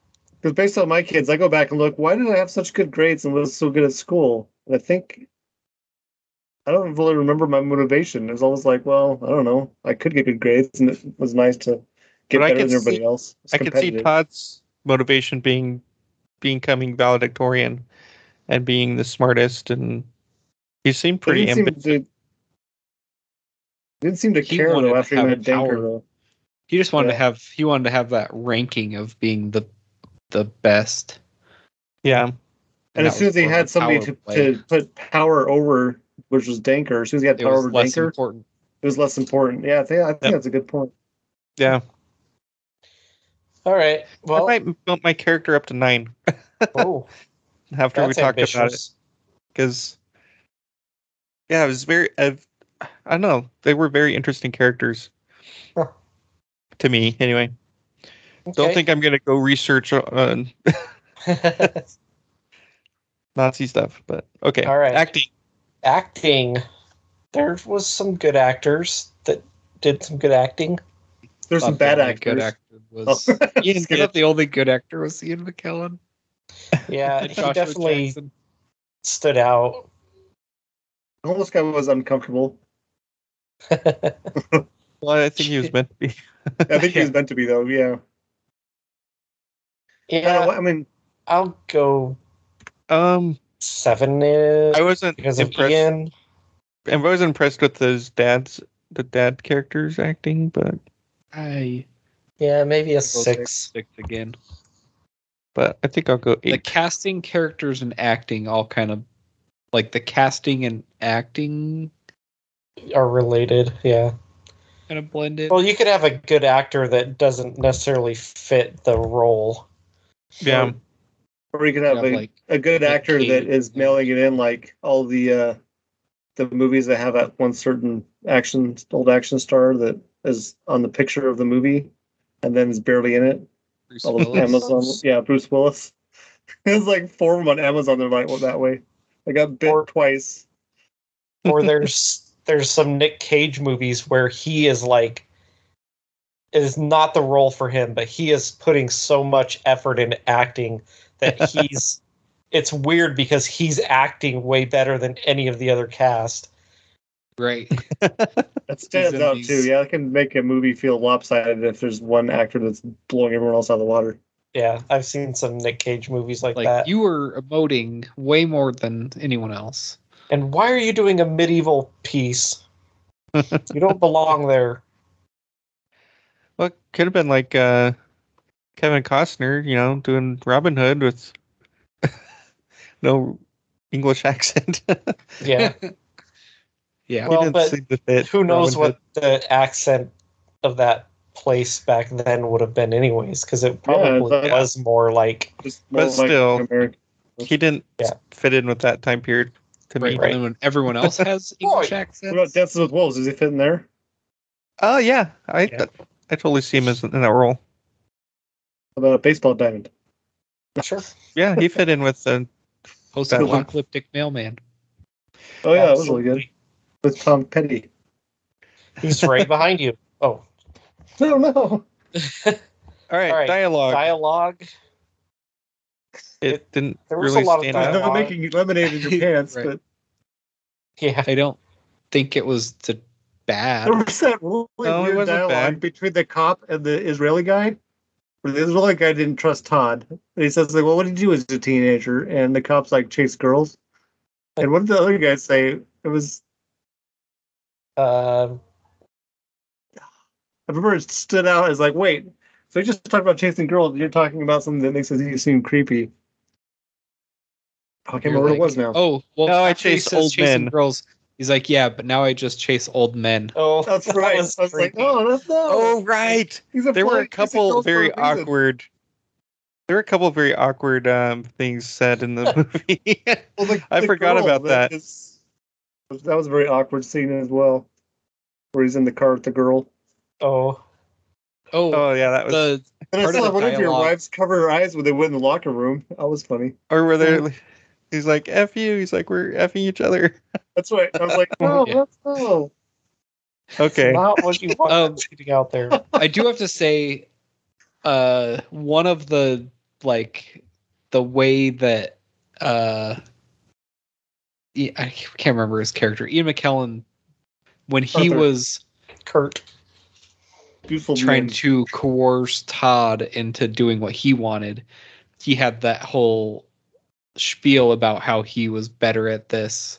because based on my kids, I go back and look. Why did I have such good grades and was so good at school? And I think I don't really remember my motivation. It was always like, well, I don't know. I could get good grades, and it was nice to get But I better could than everybody see- else. It's I could see competitive. Todd's motivation being becoming valedictorian and being the smartest and he seemed They pretty didn't ambitious. seem to, didn't seem to He care wanted though to after he have met power. Danker though. He just wanted Yeah. to have he wanted to have that ranking of being the the best. Yeah. And, as that soon was as he more of a had somebody power to, play. to put power over, which was Danker, as soon as he had it power was over less Danker, important. It was less important. Yeah, I think, I think Yep. that's a good point. Yeah. All right. Well, I might bump my character up to nine oh, [laughs] after we that's talked about it. ambitious. because yeah, it was very. i I don't know. They were very interesting characters Huh. to me, anyway. Don't think I'm gonna go research on [laughs] think. Nazi stuff, but okay. All right. acting. acting. There was some good actors that did some good [laughs] acting. There's some Thought the bad only actors. Good actor was. Ian I did. thought the only good actor was Ian McKellen. Yeah, and he Joshua definitely Jackson. stood out. [laughs] Homeless guy was uncomfortable. Well, I think he was meant to be. [laughs] I think [laughs] he was meant to be though. Yeah. I, don't know, Yeah, I mean, I'll go Um, seven uh, I wasn't because impressed. of Ian. I wasn't impressed with his dad's the dad characters acting, but I Yeah, maybe a We'll take six. six again. but I think I'll go The eight. casting characters and acting all kind of like the casting and acting Are related. Yeah. kind of blended. Well, you could have a good actor that doesn't necessarily fit the role. yeah, or you could have Kind a, of like a good Nick actor Cage that is and- mailing it in like all the uh the movies that have that one certain action old action star that is on the picture of the movie and then is barely in it. Bruce All the Willis. Amazon yeah, Bruce Willis. [laughs] There's like four of them on Amazon they're like well, that way. I got bit Or- twice. [laughs] Or there's there's some Nick Cage movies where he is like it is not the role for him, but he is putting so much effort into acting [laughs] that he's it's weird because he's acting way better than any of the other cast. Right. That stands in out these- too. Yeah, it can make a movie feel lopsided if there's one actor that's blowing everyone else out of the water. Yeah, I've seen some Nick Cage movies like, Like that. you were emoting way more than anyone else. and why are you doing a medieval [laughs] piece? you don't belong there. well, it could have been like uh, Kevin Costner, you know, doing Robin Hood with [laughs] no English accent. [laughs] Yeah. Yeah. Well, he didn't but seem to fit Who knows Robin what the accent of that place back then would have been anyways because it probably it's like- was more like Just But more like still- American. Hood. He didn't Yeah. fit in with that time period to Right. me. right. And when everyone else has English accents. What about Dances with Wolves? Does he fit in there? Oh yeah, I Yeah. I totally see him as in that role. How about a baseball diamond? sure Yeah, he fit in with the Post-apocalyptic mailman. Oh yeah, that was really good. With Tom Petty. he's right behind you oh No, no. all right, All right, dialogue. dialogue it didn't there was a really lot of stand I'm out. dialogue. not making you lemonade [laughs] in your pants, Right. but yeah I don't think it was the bad. there was that really No, it weird wasn't dialogue bad. between the cop and the Israeli guy. Where the Israeli guy didn't trust Todd. And he says, like, well, what did you do as a teenager? And the cop's like, chase girls. And what did the other guy say? It was, um I remember it stood out as like, wait, so you just talked about chasing girls. You're talking about something that makes you seem creepy. I can't You're remember what it like, was now. Oh, well, No, I after he chased says old chasing men. girls. He's like, yeah, but now I just chase old men. oh [laughs] that's that right. was I was like, creepy. oh, that's no. Oh right, He's a there were boy a chasing girls couple for a very reason. awkward. There were a couple very awkward um, things said in [laughs] the movie. [laughs] [laughs] Well, the- I the forgot girl about that. is- that was a very awkward scene as well, where he's in the car with the girl. oh Oh, oh yeah, that was. the And I Part of saw the one of your dialogue- wives cover her eyes when they went in the locker room. That was funny. or were there? He's like f you. He's like we're effing each other. [laughs] That's right. I was [laughs] like, no, Yeah. that's no. Okay. not what you want Um, shooting out there I do have to say, uh, one of the like the way that uh, I I can't remember his character, Ian McKellen, when he Arthur. was kurt Beautiful trying man. to coerce Todd into doing what he wanted, he had that whole spiel about how he was better at this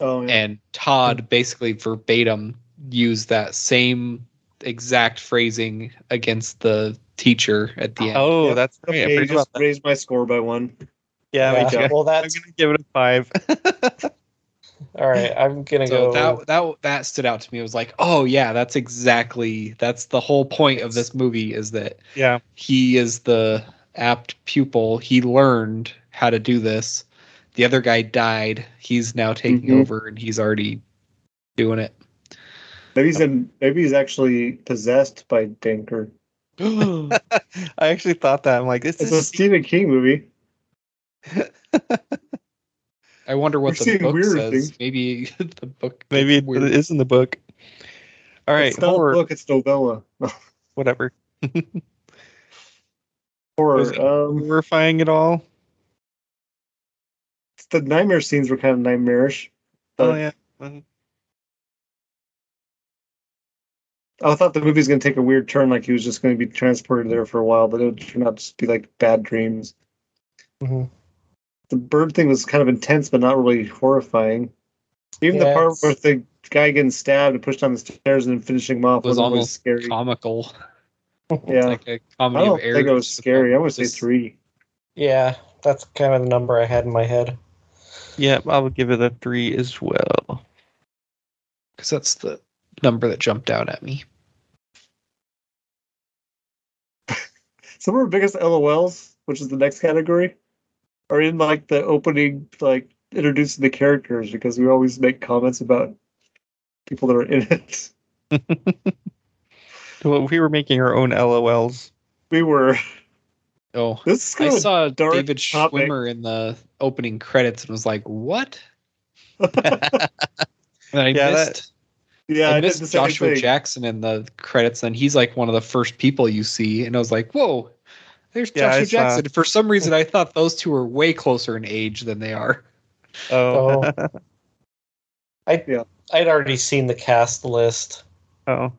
Oh, yeah. and Hmm. Todd basically verbatim used that same exact phrasing against the teacher at the end. Oh, Yeah. that's right. I okay, you forgot about just raised my score by one. that. Yeah, Yeah. me too. well I'm that's gonna give it a five. All right, I'm gonna go. So that that that stood out to me. It was like, oh yeah, that's exactly that's the whole point of this movie is that [laughs] Yeah. he is the apt pupil. He learned how to do this. The other guy died. He's now taking Mhm. over and he's already doing it. Maybe he's in, maybe he's actually possessed [gasps] by Danker. I actually thought that. I'm like, this It's a is Stephen King movie. I wonder what We're the seeing book weird says. things. Maybe [laughs] the book gets maybe it weird. is in the book. All right, it's not horror, a book. It's novella. whatever. Was it- Horror. Um, Horrifying it all. the nightmare scenes were kind of nightmarish. Oh But- yeah. I thought the movie was going to take a weird turn, like he was just going to be transported there for a while, but it would turn out to just be like bad dreams. Mhm. The bird thing was kind of intense, but not really horrifying. Even the Yeah, part it's- where the guy getting stabbed and pushed down the stairs and then finishing him off was was always almost scary. comical. yeah, Like a I comedy don't of errors. think it was scary. I would say Just- three. yeah, that's kind of the number I had in my head. Yeah, I would give it a three as well. because that's the number that jumped out at me. Some of our biggest LOLs, which is the next category, are in like the opening, like introducing the characters because we always make comments about people that are in it. [laughs] Well, we were making our own LOLs. We were. [laughs] Oh, This is I kind of saw dark David topic. Schwimmer in the opening credits and was like, "What?" And I Yeah, that- missed, [laughs] Yeah, I did missed the same Joshua thing. Jackson in the credits, and he's like one of the first people you see, and I was like, "Whoa." There's Yeah, I Joshua saw- Jackson. For some reason, I thought those two were way closer in age than they are. Oh. I Yeah. I'd already seen the cast list. [laughs] Oh,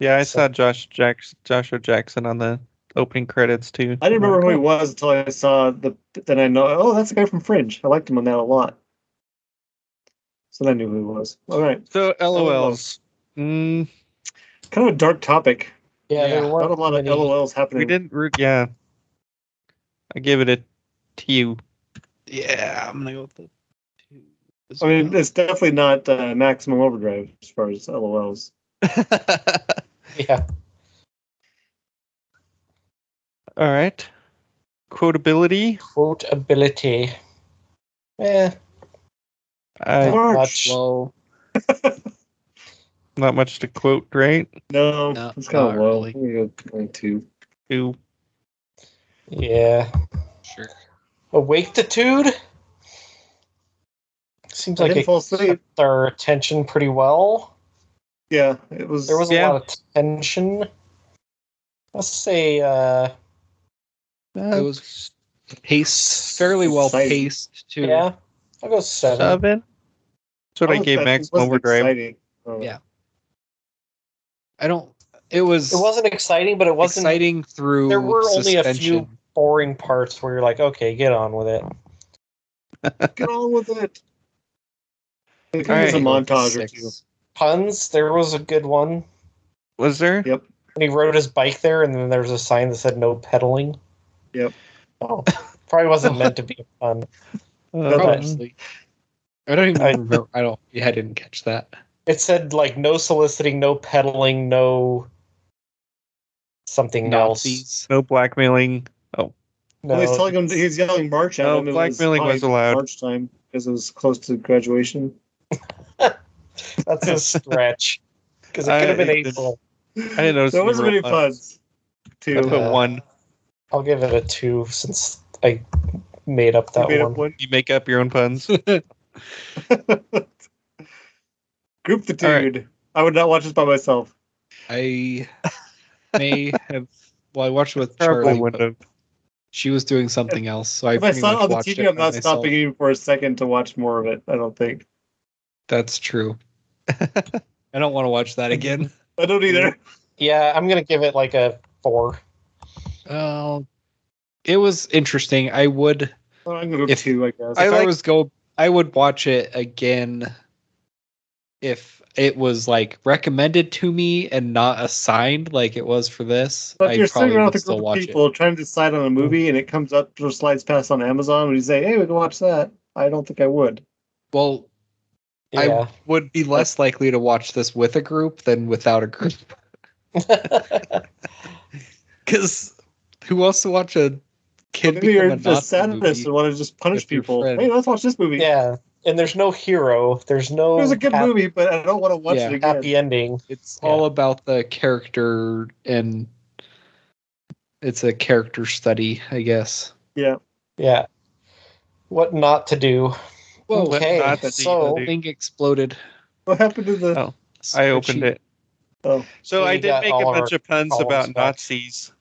yeah, I So- saw Josh Jackson, Joshua Jackson on the opening credits too. I didn't I'm remember who like, he was until I saw the. Then I know. Oh, that's the guy from Fringe. I liked him on that a lot. So then I knew who he was. All right, So LOLs. Mm, kind of a dark topic. Yeah, Yeah, there were Not a lot of LOLs happening. we didn't. Re- yeah, I gave it a two. Yeah, I'm gonna go with the two. as I mean, well. it's definitely not uh, maximum overdrive as far as LOLs. Yeah, All right. Quotability. quote ability. Eh, Uh, March. much. low. not much to quote, right? No, No, it's kind of not low. really. Maybe a- like two. Two. Yeah, [laughs] Sure. awake the tude. Seems I like didn't it fall asleep. kept our attention pretty well. Yeah, it was. There was Yeah. a lot of tension. Let's say uh, It uh, [laughs] was paced fairly well Exciting. paced too. yeah, I'll go seven. seven. That's what I gave Max wasn't Overdrive. exciting. Oh. Yeah. I don't. It was. It wasn't exciting, but it wasn't exciting through. There were only a few suspension. boring parts where you're like, okay, get on with it. Get on [laughs] with it. It All was a right. montage or Six. two. Puns, there was a good one. Was there? Yep. When he rode his bike there, and then there was a sign that said no pedaling. Yep. Oh, probably wasn't meant to be a pun. Uh, Probably. I don't even I- remember. I don't. Yeah, I didn't catch that. It said like no soliciting, no peddling, no something else. Nazis. no blackmailing. No, Well, he's telling him he's yelling march at No, him. It blackmailing probably was allowed. March time because it was close to graduation. that's a [laughs] stretch because it I- could have been it- April. I didn't notice There any wasn't real any puns. puns. I put Too. Uh, one. I'll give it a two since I made up You that made one. up one. You make up your own puns. [laughs] Group the All right. dude. I would not watch this by myself. I [laughs] may have. Well, I watched it with Probably Charlie. wouldn't But have. she was doing something else, so I If I pretty saw it much on the watched it TV, I'm by not myself. stopping even for a second to watch more of it. I don't think. That's true. [laughs] I don't want to [laughs] watch that again. I don't either. Yeah, I'm gonna give it like a four. Well, Um, it was interesting. I would. Oh, [laughs] I'm gonna go Mm-hmm. If- two, I guess. if I, like- was go, I would watch it again if it was like recommended to me and not assigned like it was for this. but if I you're sitting probably around would with a still group of watch Mm-hmm. people trying to decide on a movie, and it comes up or slides past on Amazon, would you say, "Hey, we can watch that"? I don't think I would. it. Well, Yeah. I would be less likely to watch this with a group than without a group. [laughs] [laughs] Because who wants to watch a kid Maybe you're become a just Nazi sadist movie? and want to just punish with your people. friend. Hey, let's watch this movie. yeah. And there's no hero. There's It no was a good hap- movie, but I don't want to watch Yeah. it again. happy ending. It's Yeah. all about the character and it's a character study, I guess. Yeah. Yeah. What not to do. Well, What okay. not to do. so the thing exploded. What happened to the? Oh. I opened Spreadsheet. it. Oh. So We I got did make a all of bunch our of puns calls about back. Nazis.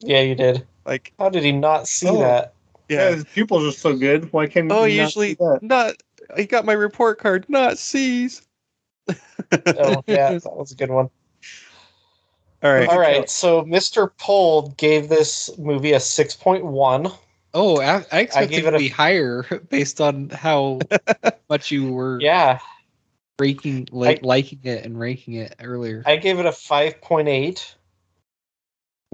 yeah, you did. Like, How did he not see Oh. that? [laughs] [laughs] Yeah, yeah. his pupils are so good. Why can't Oh, you usually not do not. I got my report card. Not C's. Oh yeah, that was a good one. All right. All right, so Mr. Pold gave this movie a six point one. Oh, I, I expected gave it it to a- be higher [laughs] based [laughs] on how much you were Yeah, ranking, like I- liking it and ranking it earlier. I gave it a five point eight. that?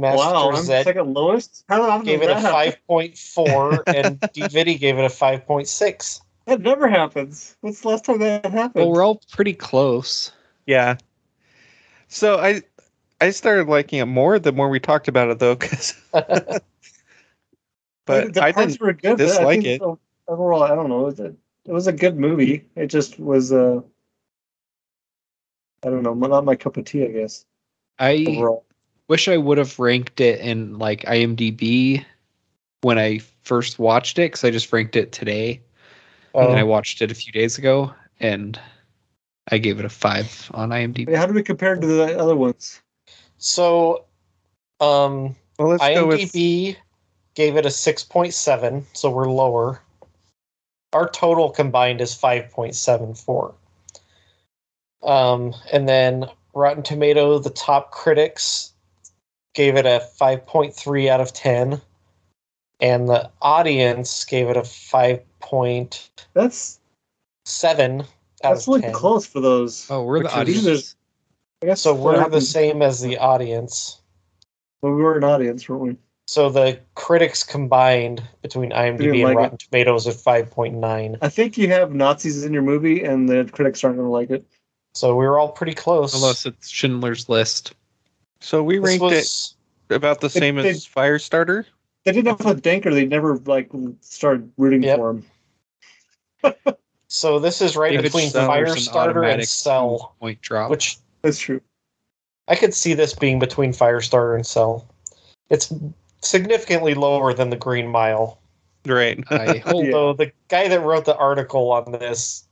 Master Wow, I'm Zed second lowest. How often gave does it a that happen? five point four, and [laughs] DVD gave it a five point six. That never happens. What's the last time that happened? well, we're all pretty close. Yeah. So I I started liking it more the more we talked about it though, [laughs] because. but the I parts didn't. were good. but I dislike think it. the- Overall, I don't know. It was, a, it was a good movie. It just was. Uh, I don't know. Not my cup of tea, I guess. I Overall, wish I would have ranked it in like IMDb when I first watched it because I just ranked it today and I Oh, watched it a few days ago and I gave it a five on IMDb. Hey, how do we compare to the other ones? so, um, Well, let's go with. IMDb gave it a six point seven, so we're lower. Our total combined is five point seven four. Um, and then Rotten Tomato, the top critics gave it a five point three out of ten, and the audience gave it a five point That's seven out that's of really ten. close for those. Oh, we're Which the is- audience. there's- I guess So what we're the happened same as the audience. when we were an audience, weren't we? So the critics combined between IMDb and like it. Rotten Tomatoes at five point nine. I think you have Nazis in your movie, and the critics aren't going to like it. So we were all pretty close. Unless it's Schindler's List. So we this ranked was it about the They- same they- as Firestarter. They didn't have a Danker. They never like started rooting Yep. for him. so this is right David between Seller's uh, an Firestarter and automatic Cell, Point drop. which That's true. I could see this being between Firestarter and Cell. It's significantly lower than the Green Mile. Right. I hope Yeah. Although the guy that wrote the article on this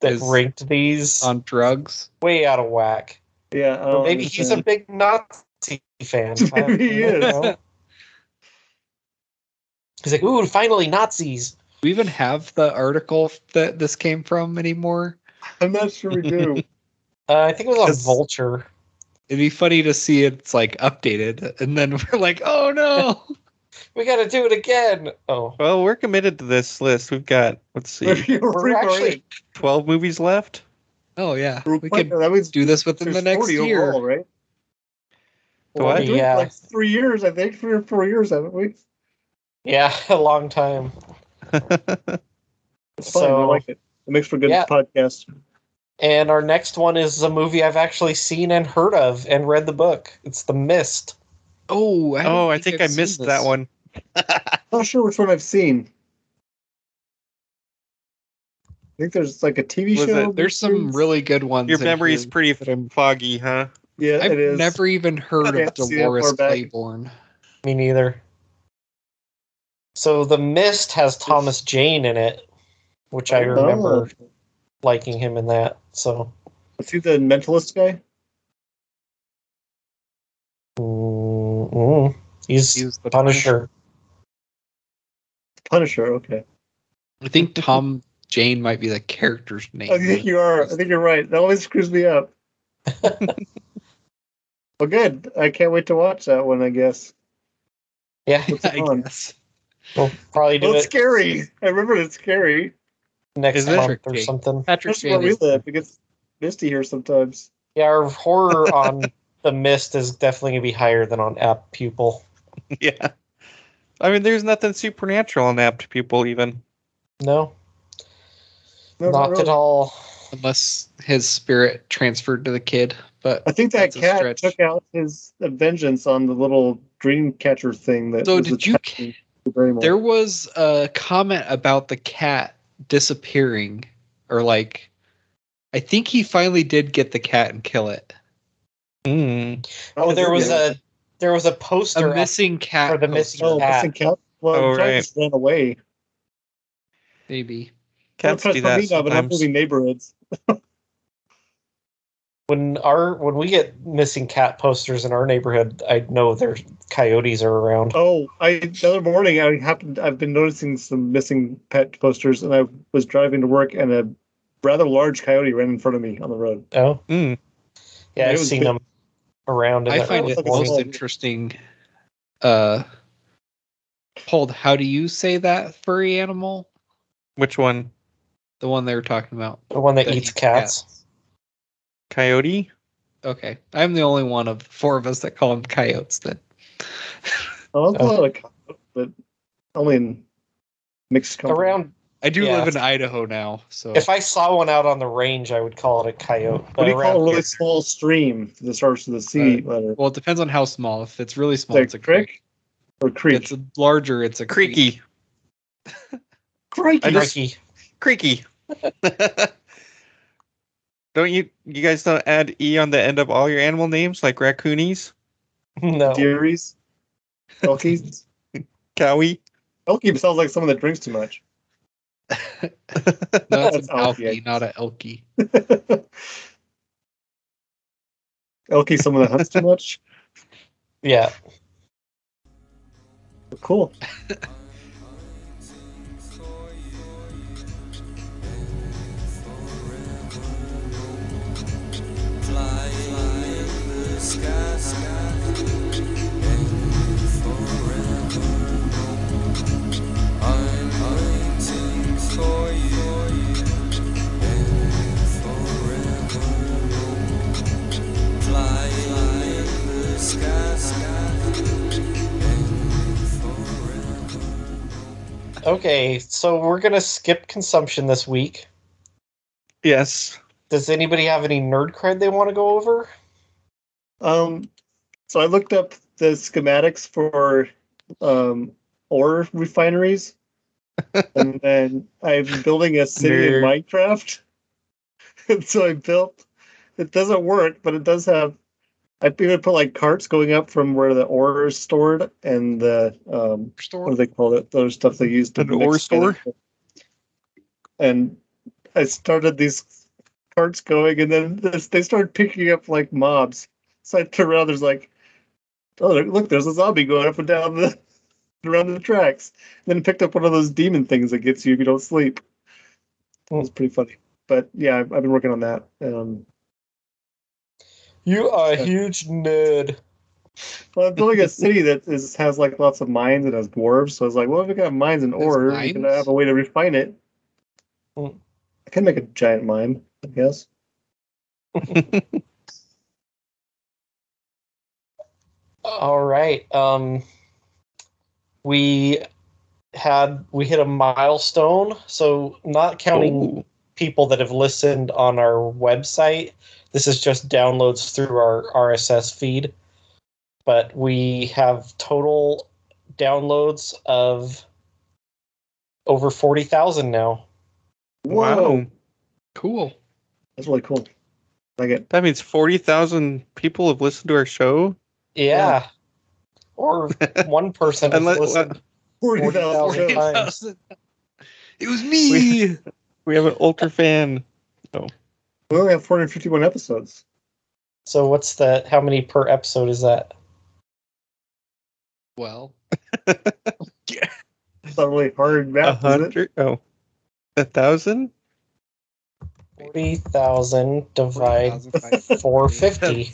that Is- ranked these [laughs] on drugs. way out of whack. Yeah. I don't Maybe he's a understand. big Nazi fan. I don't Um, [laughs] Maybe he is. know. He's like, ooh, finally Nazis. Do we even have the article that this came from anymore? I'm not sure we do. Uh, I think it was on Because- Vulture. It'd be funny to see it's like updated, and then [laughs] we're like, "Oh no!" [laughs] We got to do it again. Oh, Well, we're committed to this list. We've got let's [laughs] see, we're actually twelve movies left. oh yeah, We're we quite- could that means do this within there's the next 40 year. overall, right? The Well, what? we're doing it Yeah. for like three years, I think. Three or four years, haven't we? Yeah, [laughs] a long [laughs] time. It's fine. I So- like it. It makes for a good Yeah. podcast. And our next one is a movie I've actually seen and heard of and read the book. It's The Mist. Oh, I oh, I think I missed that one. Not sure which one I've seen. I think there's like a TV Was show. it- There's some really good ones. Your in memory's here pretty that I'm- foggy, huh? Yeah, I've it is. never even heard of can't see that Dolores far back. Claiborne. Me neither. So The Mist has Thomas Jane in it, which I remember Oh. liking him in that. So Is he the mentalist guy? mm, mm. he's, He was the Punisher. Punisher. Okay. I think Tom Jane might be the character's name. [laughs] I think you are. I think you're right. That always screws me [laughs] up. well, good. I can't wait to watch that one. [laughs] I guess. Yeah, What's it [laughs] I on? guess. [laughs] we'll probably do Well, it's it scary. I remember it's scary. next Is it- month or Patrick something. Patrick That's where Jane we is live. It gets misty here sometimes. Yeah, our [laughs] horror on The Mist is definitely going to be higher than on App Pupil. Yeah. I mean, there's nothing supernatural in apt people, even. No. No, not really. at all. unless his spirit transferred to the kid. But I think that That's a cat stretch. took out his vengeance on the little dream catcher thing. That So was did attached you to Braymore. there was a comment about the cat disappearing, or like, I think he finally did get the cat and kill it. Mm. Oh, there was yeah. a there was a poster a missing cat for the poster, missing oh, cat. missing cat. Well, Oh, Jack right. just ran away. maybe. Cats Well, do that Pastorino, but not sometimes. moving neighborhoods. when our when we get missing cat posters in our neighborhood, I know there's coyotes are around. Oh, I the other morning I happened. I've been noticing some missing pet posters, and I was driving to work, and a rather large coyote ran in front of me on the road. Oh, Hmm. Mm. yeah, It I've was seen big. them around. in I that find was it like a most small- interesting. Uh, hold. How do you say that furry animal? Which one? The one they were talking about the one that, that eats cats. Coyote? Okay, I'm the only one of the four of us that call them coyotes. Then Oh, that's Oh. a lot of coyote, but only in mixed company. Around, I do Yeah. live in Idaho now, so if I saw one out on the range, I would call it a coyote. What But do you around call a really here- small stream that starts with a C letter? well, it depends on how small. If it's really small, Like it's a creek. creek or If creek? It's larger. It's a creek. Creaky. creek. I just- Crikey. Creaky. [laughs] don't you you guys don't add E on the end of all your animal names like raccoonies? No, [laughs] Dearies. Elkie. Cowie? Elkie sounds like someone that drinks too much. No, [laughs] that's an That's elky, I alky, not an elky. Elkie, someone that hunts too much. yeah, Cool. okay. So we're gonna skip consumption this week. Yes. Does anybody have any nerd cred they want to go over? Um, so I looked up the schematics for um, ore refineries, and then I'm building a city in Nerd. Minecraft. [laughs] And so I built. It doesn't work, but it does have. I would put like carts going up from where the ore is stored, and the um, what do they call it? Those stuff they use to An ore mix together. And I started these carts going, and then this, they started picking up like mobs. So I turned around. There's like, oh there- look, there's a zombie going up and down the [laughs] around the tracks. And then picked up one of those demon things that gets you if you don't sleep. It was pretty funny. But yeah, I've, I've been working on that. Um, You are a Yeah. huge nerd. well, I'm building a city that is has like lots of mines and has dwarves. So I was like, well, if we got mines and There's ore, we could mines? have a way to refine it. Mm. I can make a giant mine, I guess. All right. Um, we had we hit a milestone. So not counting Oh. people that have listened on our website, this is just downloads through our RSS feed. But we have total downloads of over forty thousand now. Wow. Cool. That's really cool. Like it. That means 40,000 people have listened to our show. Yeah. Or one person has Unless, listened. Forty 40,000. thousand. times. It was [laughs] me. [laughs] we have an ultra fan. We only have 451 episodes. So what's the how many per episode is that? well, It's not really hard A math, is it? hundred? Oh, a thousand? Forty thousand divide 40,500. four fifty.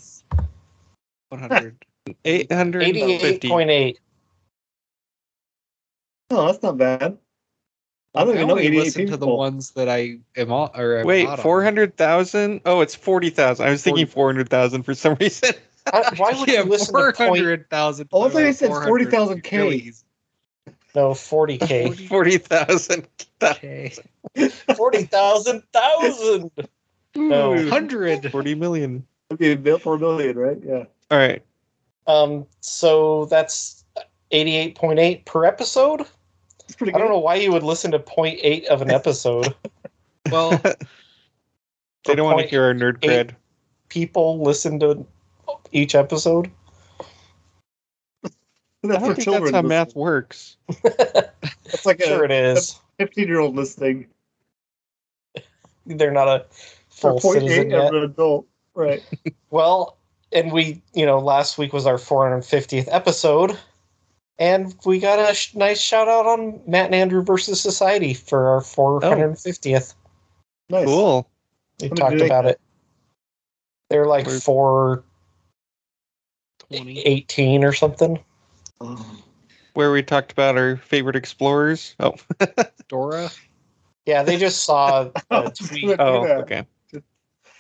100. Eight hundred Eighty-eight fifty. point eight. No, that's not bad. I don't even know only 88 listen to the people. ones that I am on. Or I'm Wait, not on. four hundred thousand? Oh, it's forty thousand. I was thinking four hundred thousand for some reason. Why would yeah, you listen to point? 400,000. Oh, I thought you divided by said 400 40,000 would be really K. easy. No, [laughs] 40K. 40,000. Okay. [laughs] 40,000 thousand. No. 100. 40 million. Okay, built for a million, right? Yeah. All right. Um, so that's 88.8 per episode. It's pretty I good. don't know why you would listen to 0.8 of an [laughs] episode. Well, They don't want to hear our nerd eight. cred. People listen to each episode. I That's don't for think children. that's how listening. math works. That's like Sure a it is. 15 year old listening. They're not a full For point eight citizen of yet. an adult. Right. Well, and we, you know, last week was our 450th episode, and we got a sh- nice shout out on Matt and Andrew versus Society for Oh. our 450th. Nice. Cool. We What did talked they- about it. They're like Where's- four 20. eighteen or something. Oh, Where we talked about our favorite explorers. Oh, Dora. Yeah, they just [laughs] saw a tweet. oh [laughs] Yeah. okay.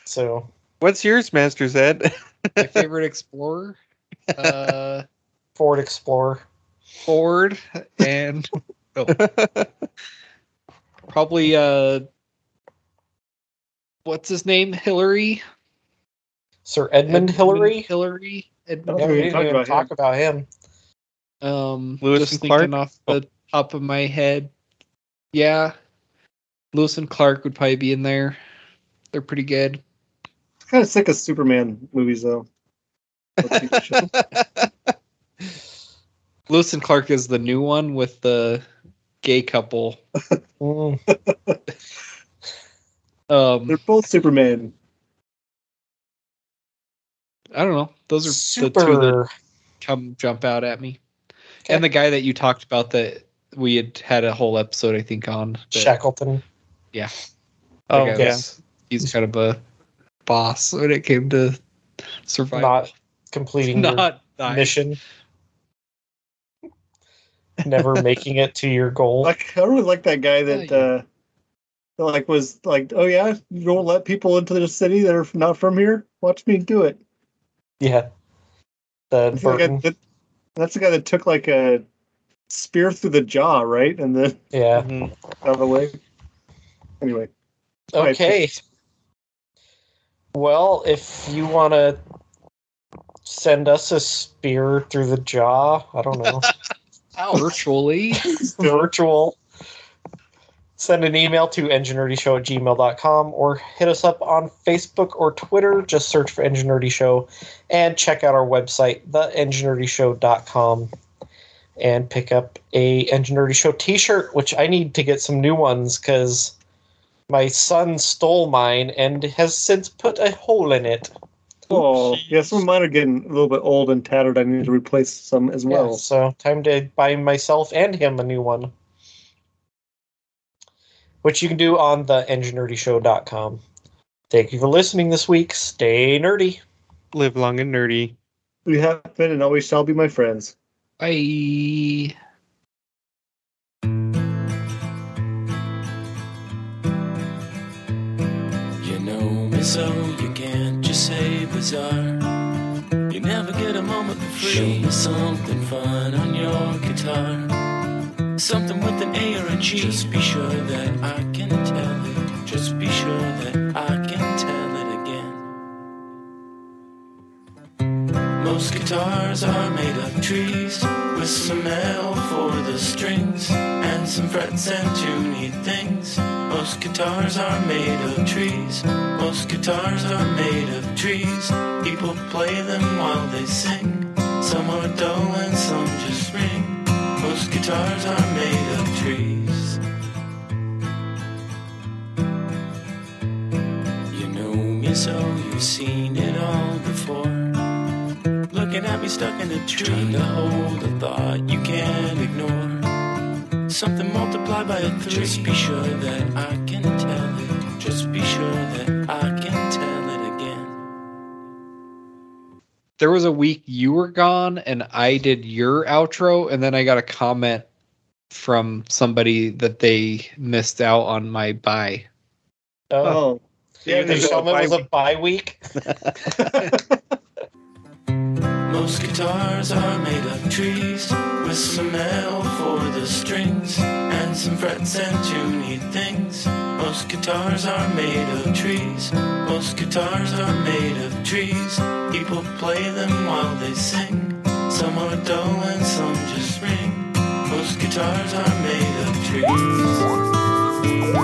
So What's yours, Master Zed? [laughs] My favorite explorer. Uh, Ford Explorer. Ford and oh, probably uh, what's his name? Hillary. Sir Edmund Hillary. Hillary. I Edmund. don't Yeah, think we we didn't talked even about talk him. about him. Um, Lewis just and thinking Clark? Oh. off the top of my head. Yeah, Lewis and Clark would probably be in there. They're pretty good. kind of sick of Superman movies, though. Let's see the show. [laughs] Lewis and Clark is the new one with the gay couple. Mm. They're Um, both Superman. I don't know. Those are the two that Super. come jump out at me. Okay. And the guy that you talked about that we had had a whole episode, I think, on. that- Shackleton. that Oh, guy yeah. was- He's kind of a boss when it came to survival. Not completing your [laughs] Not, not mission. [laughs] Never making it to your goal. Like I really like that guy that Yeah, uh, that, like was like, oh yeah, you don't let people into the city that are not from here. Watch me do it. Yeah. The [laughs] That's the, guy Burton. that, that's the guy that took like a spear through the jaw, right, and then [laughs] Yeah. Mhm. out of the way. Anyway, I Okay. Well, if you want to send us a spear through the jaw, I don't know, virtually. virtual, send an email to engineerdyshow at gmail.com or hit us up on Facebook or Twitter. Just search for Engineerdy Show and check out our website, theengineerdyshow.com, and pick up a Engineerdy Show t shirt, which I need to get some new ones because my son stole mine and has since put a hole in it. oh yeah, some of mine are getting a little bit old and tattered. I need to replace some as well. yeah, so time to buy myself and him a new one. Which you can do on the engineerdyshow.com. Thank you for listening this week. Stay nerdy. [laughs] Live long and nerdy. We have been and always shall be my friends. Bye. You know me so you can't just say bizarre. You never get a moment for free. Show me something fun on your guitar. Something with an A or a G. Just be sure that I can tell it. Just be sure that I can tell it again. Most guitars are made of trees with some L for the strings and some frets and tuney things. Most guitars are made of trees. Most guitars are made of trees. People play them while they sing. Some are dull and some just ring. Most guitars are made of trees. You know me so you've seen it all before. Looking at me stuck in a tree. Trying to hold a thought you can't ignore. Something multiplied by a three. Just be sure that I can tell it. Just be sure that I can tell it again. there was a week you were gone and I did your outro and then I got a comment from somebody that they missed out on my buy. Oh, Oh, did you tell them it was a bye week? Most guitars are made of trees with some metal for the strings and some frets and tuney things. Most guitars are made of trees. Most guitars are made of trees. People play them while they sing. Some are dull and some just ring. Most guitars are made of trees.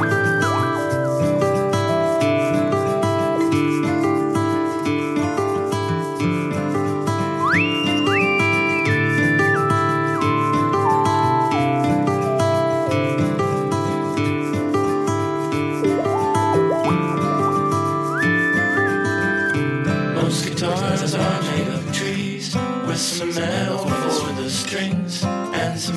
Most guitars are made of trees with some metal for the strings and some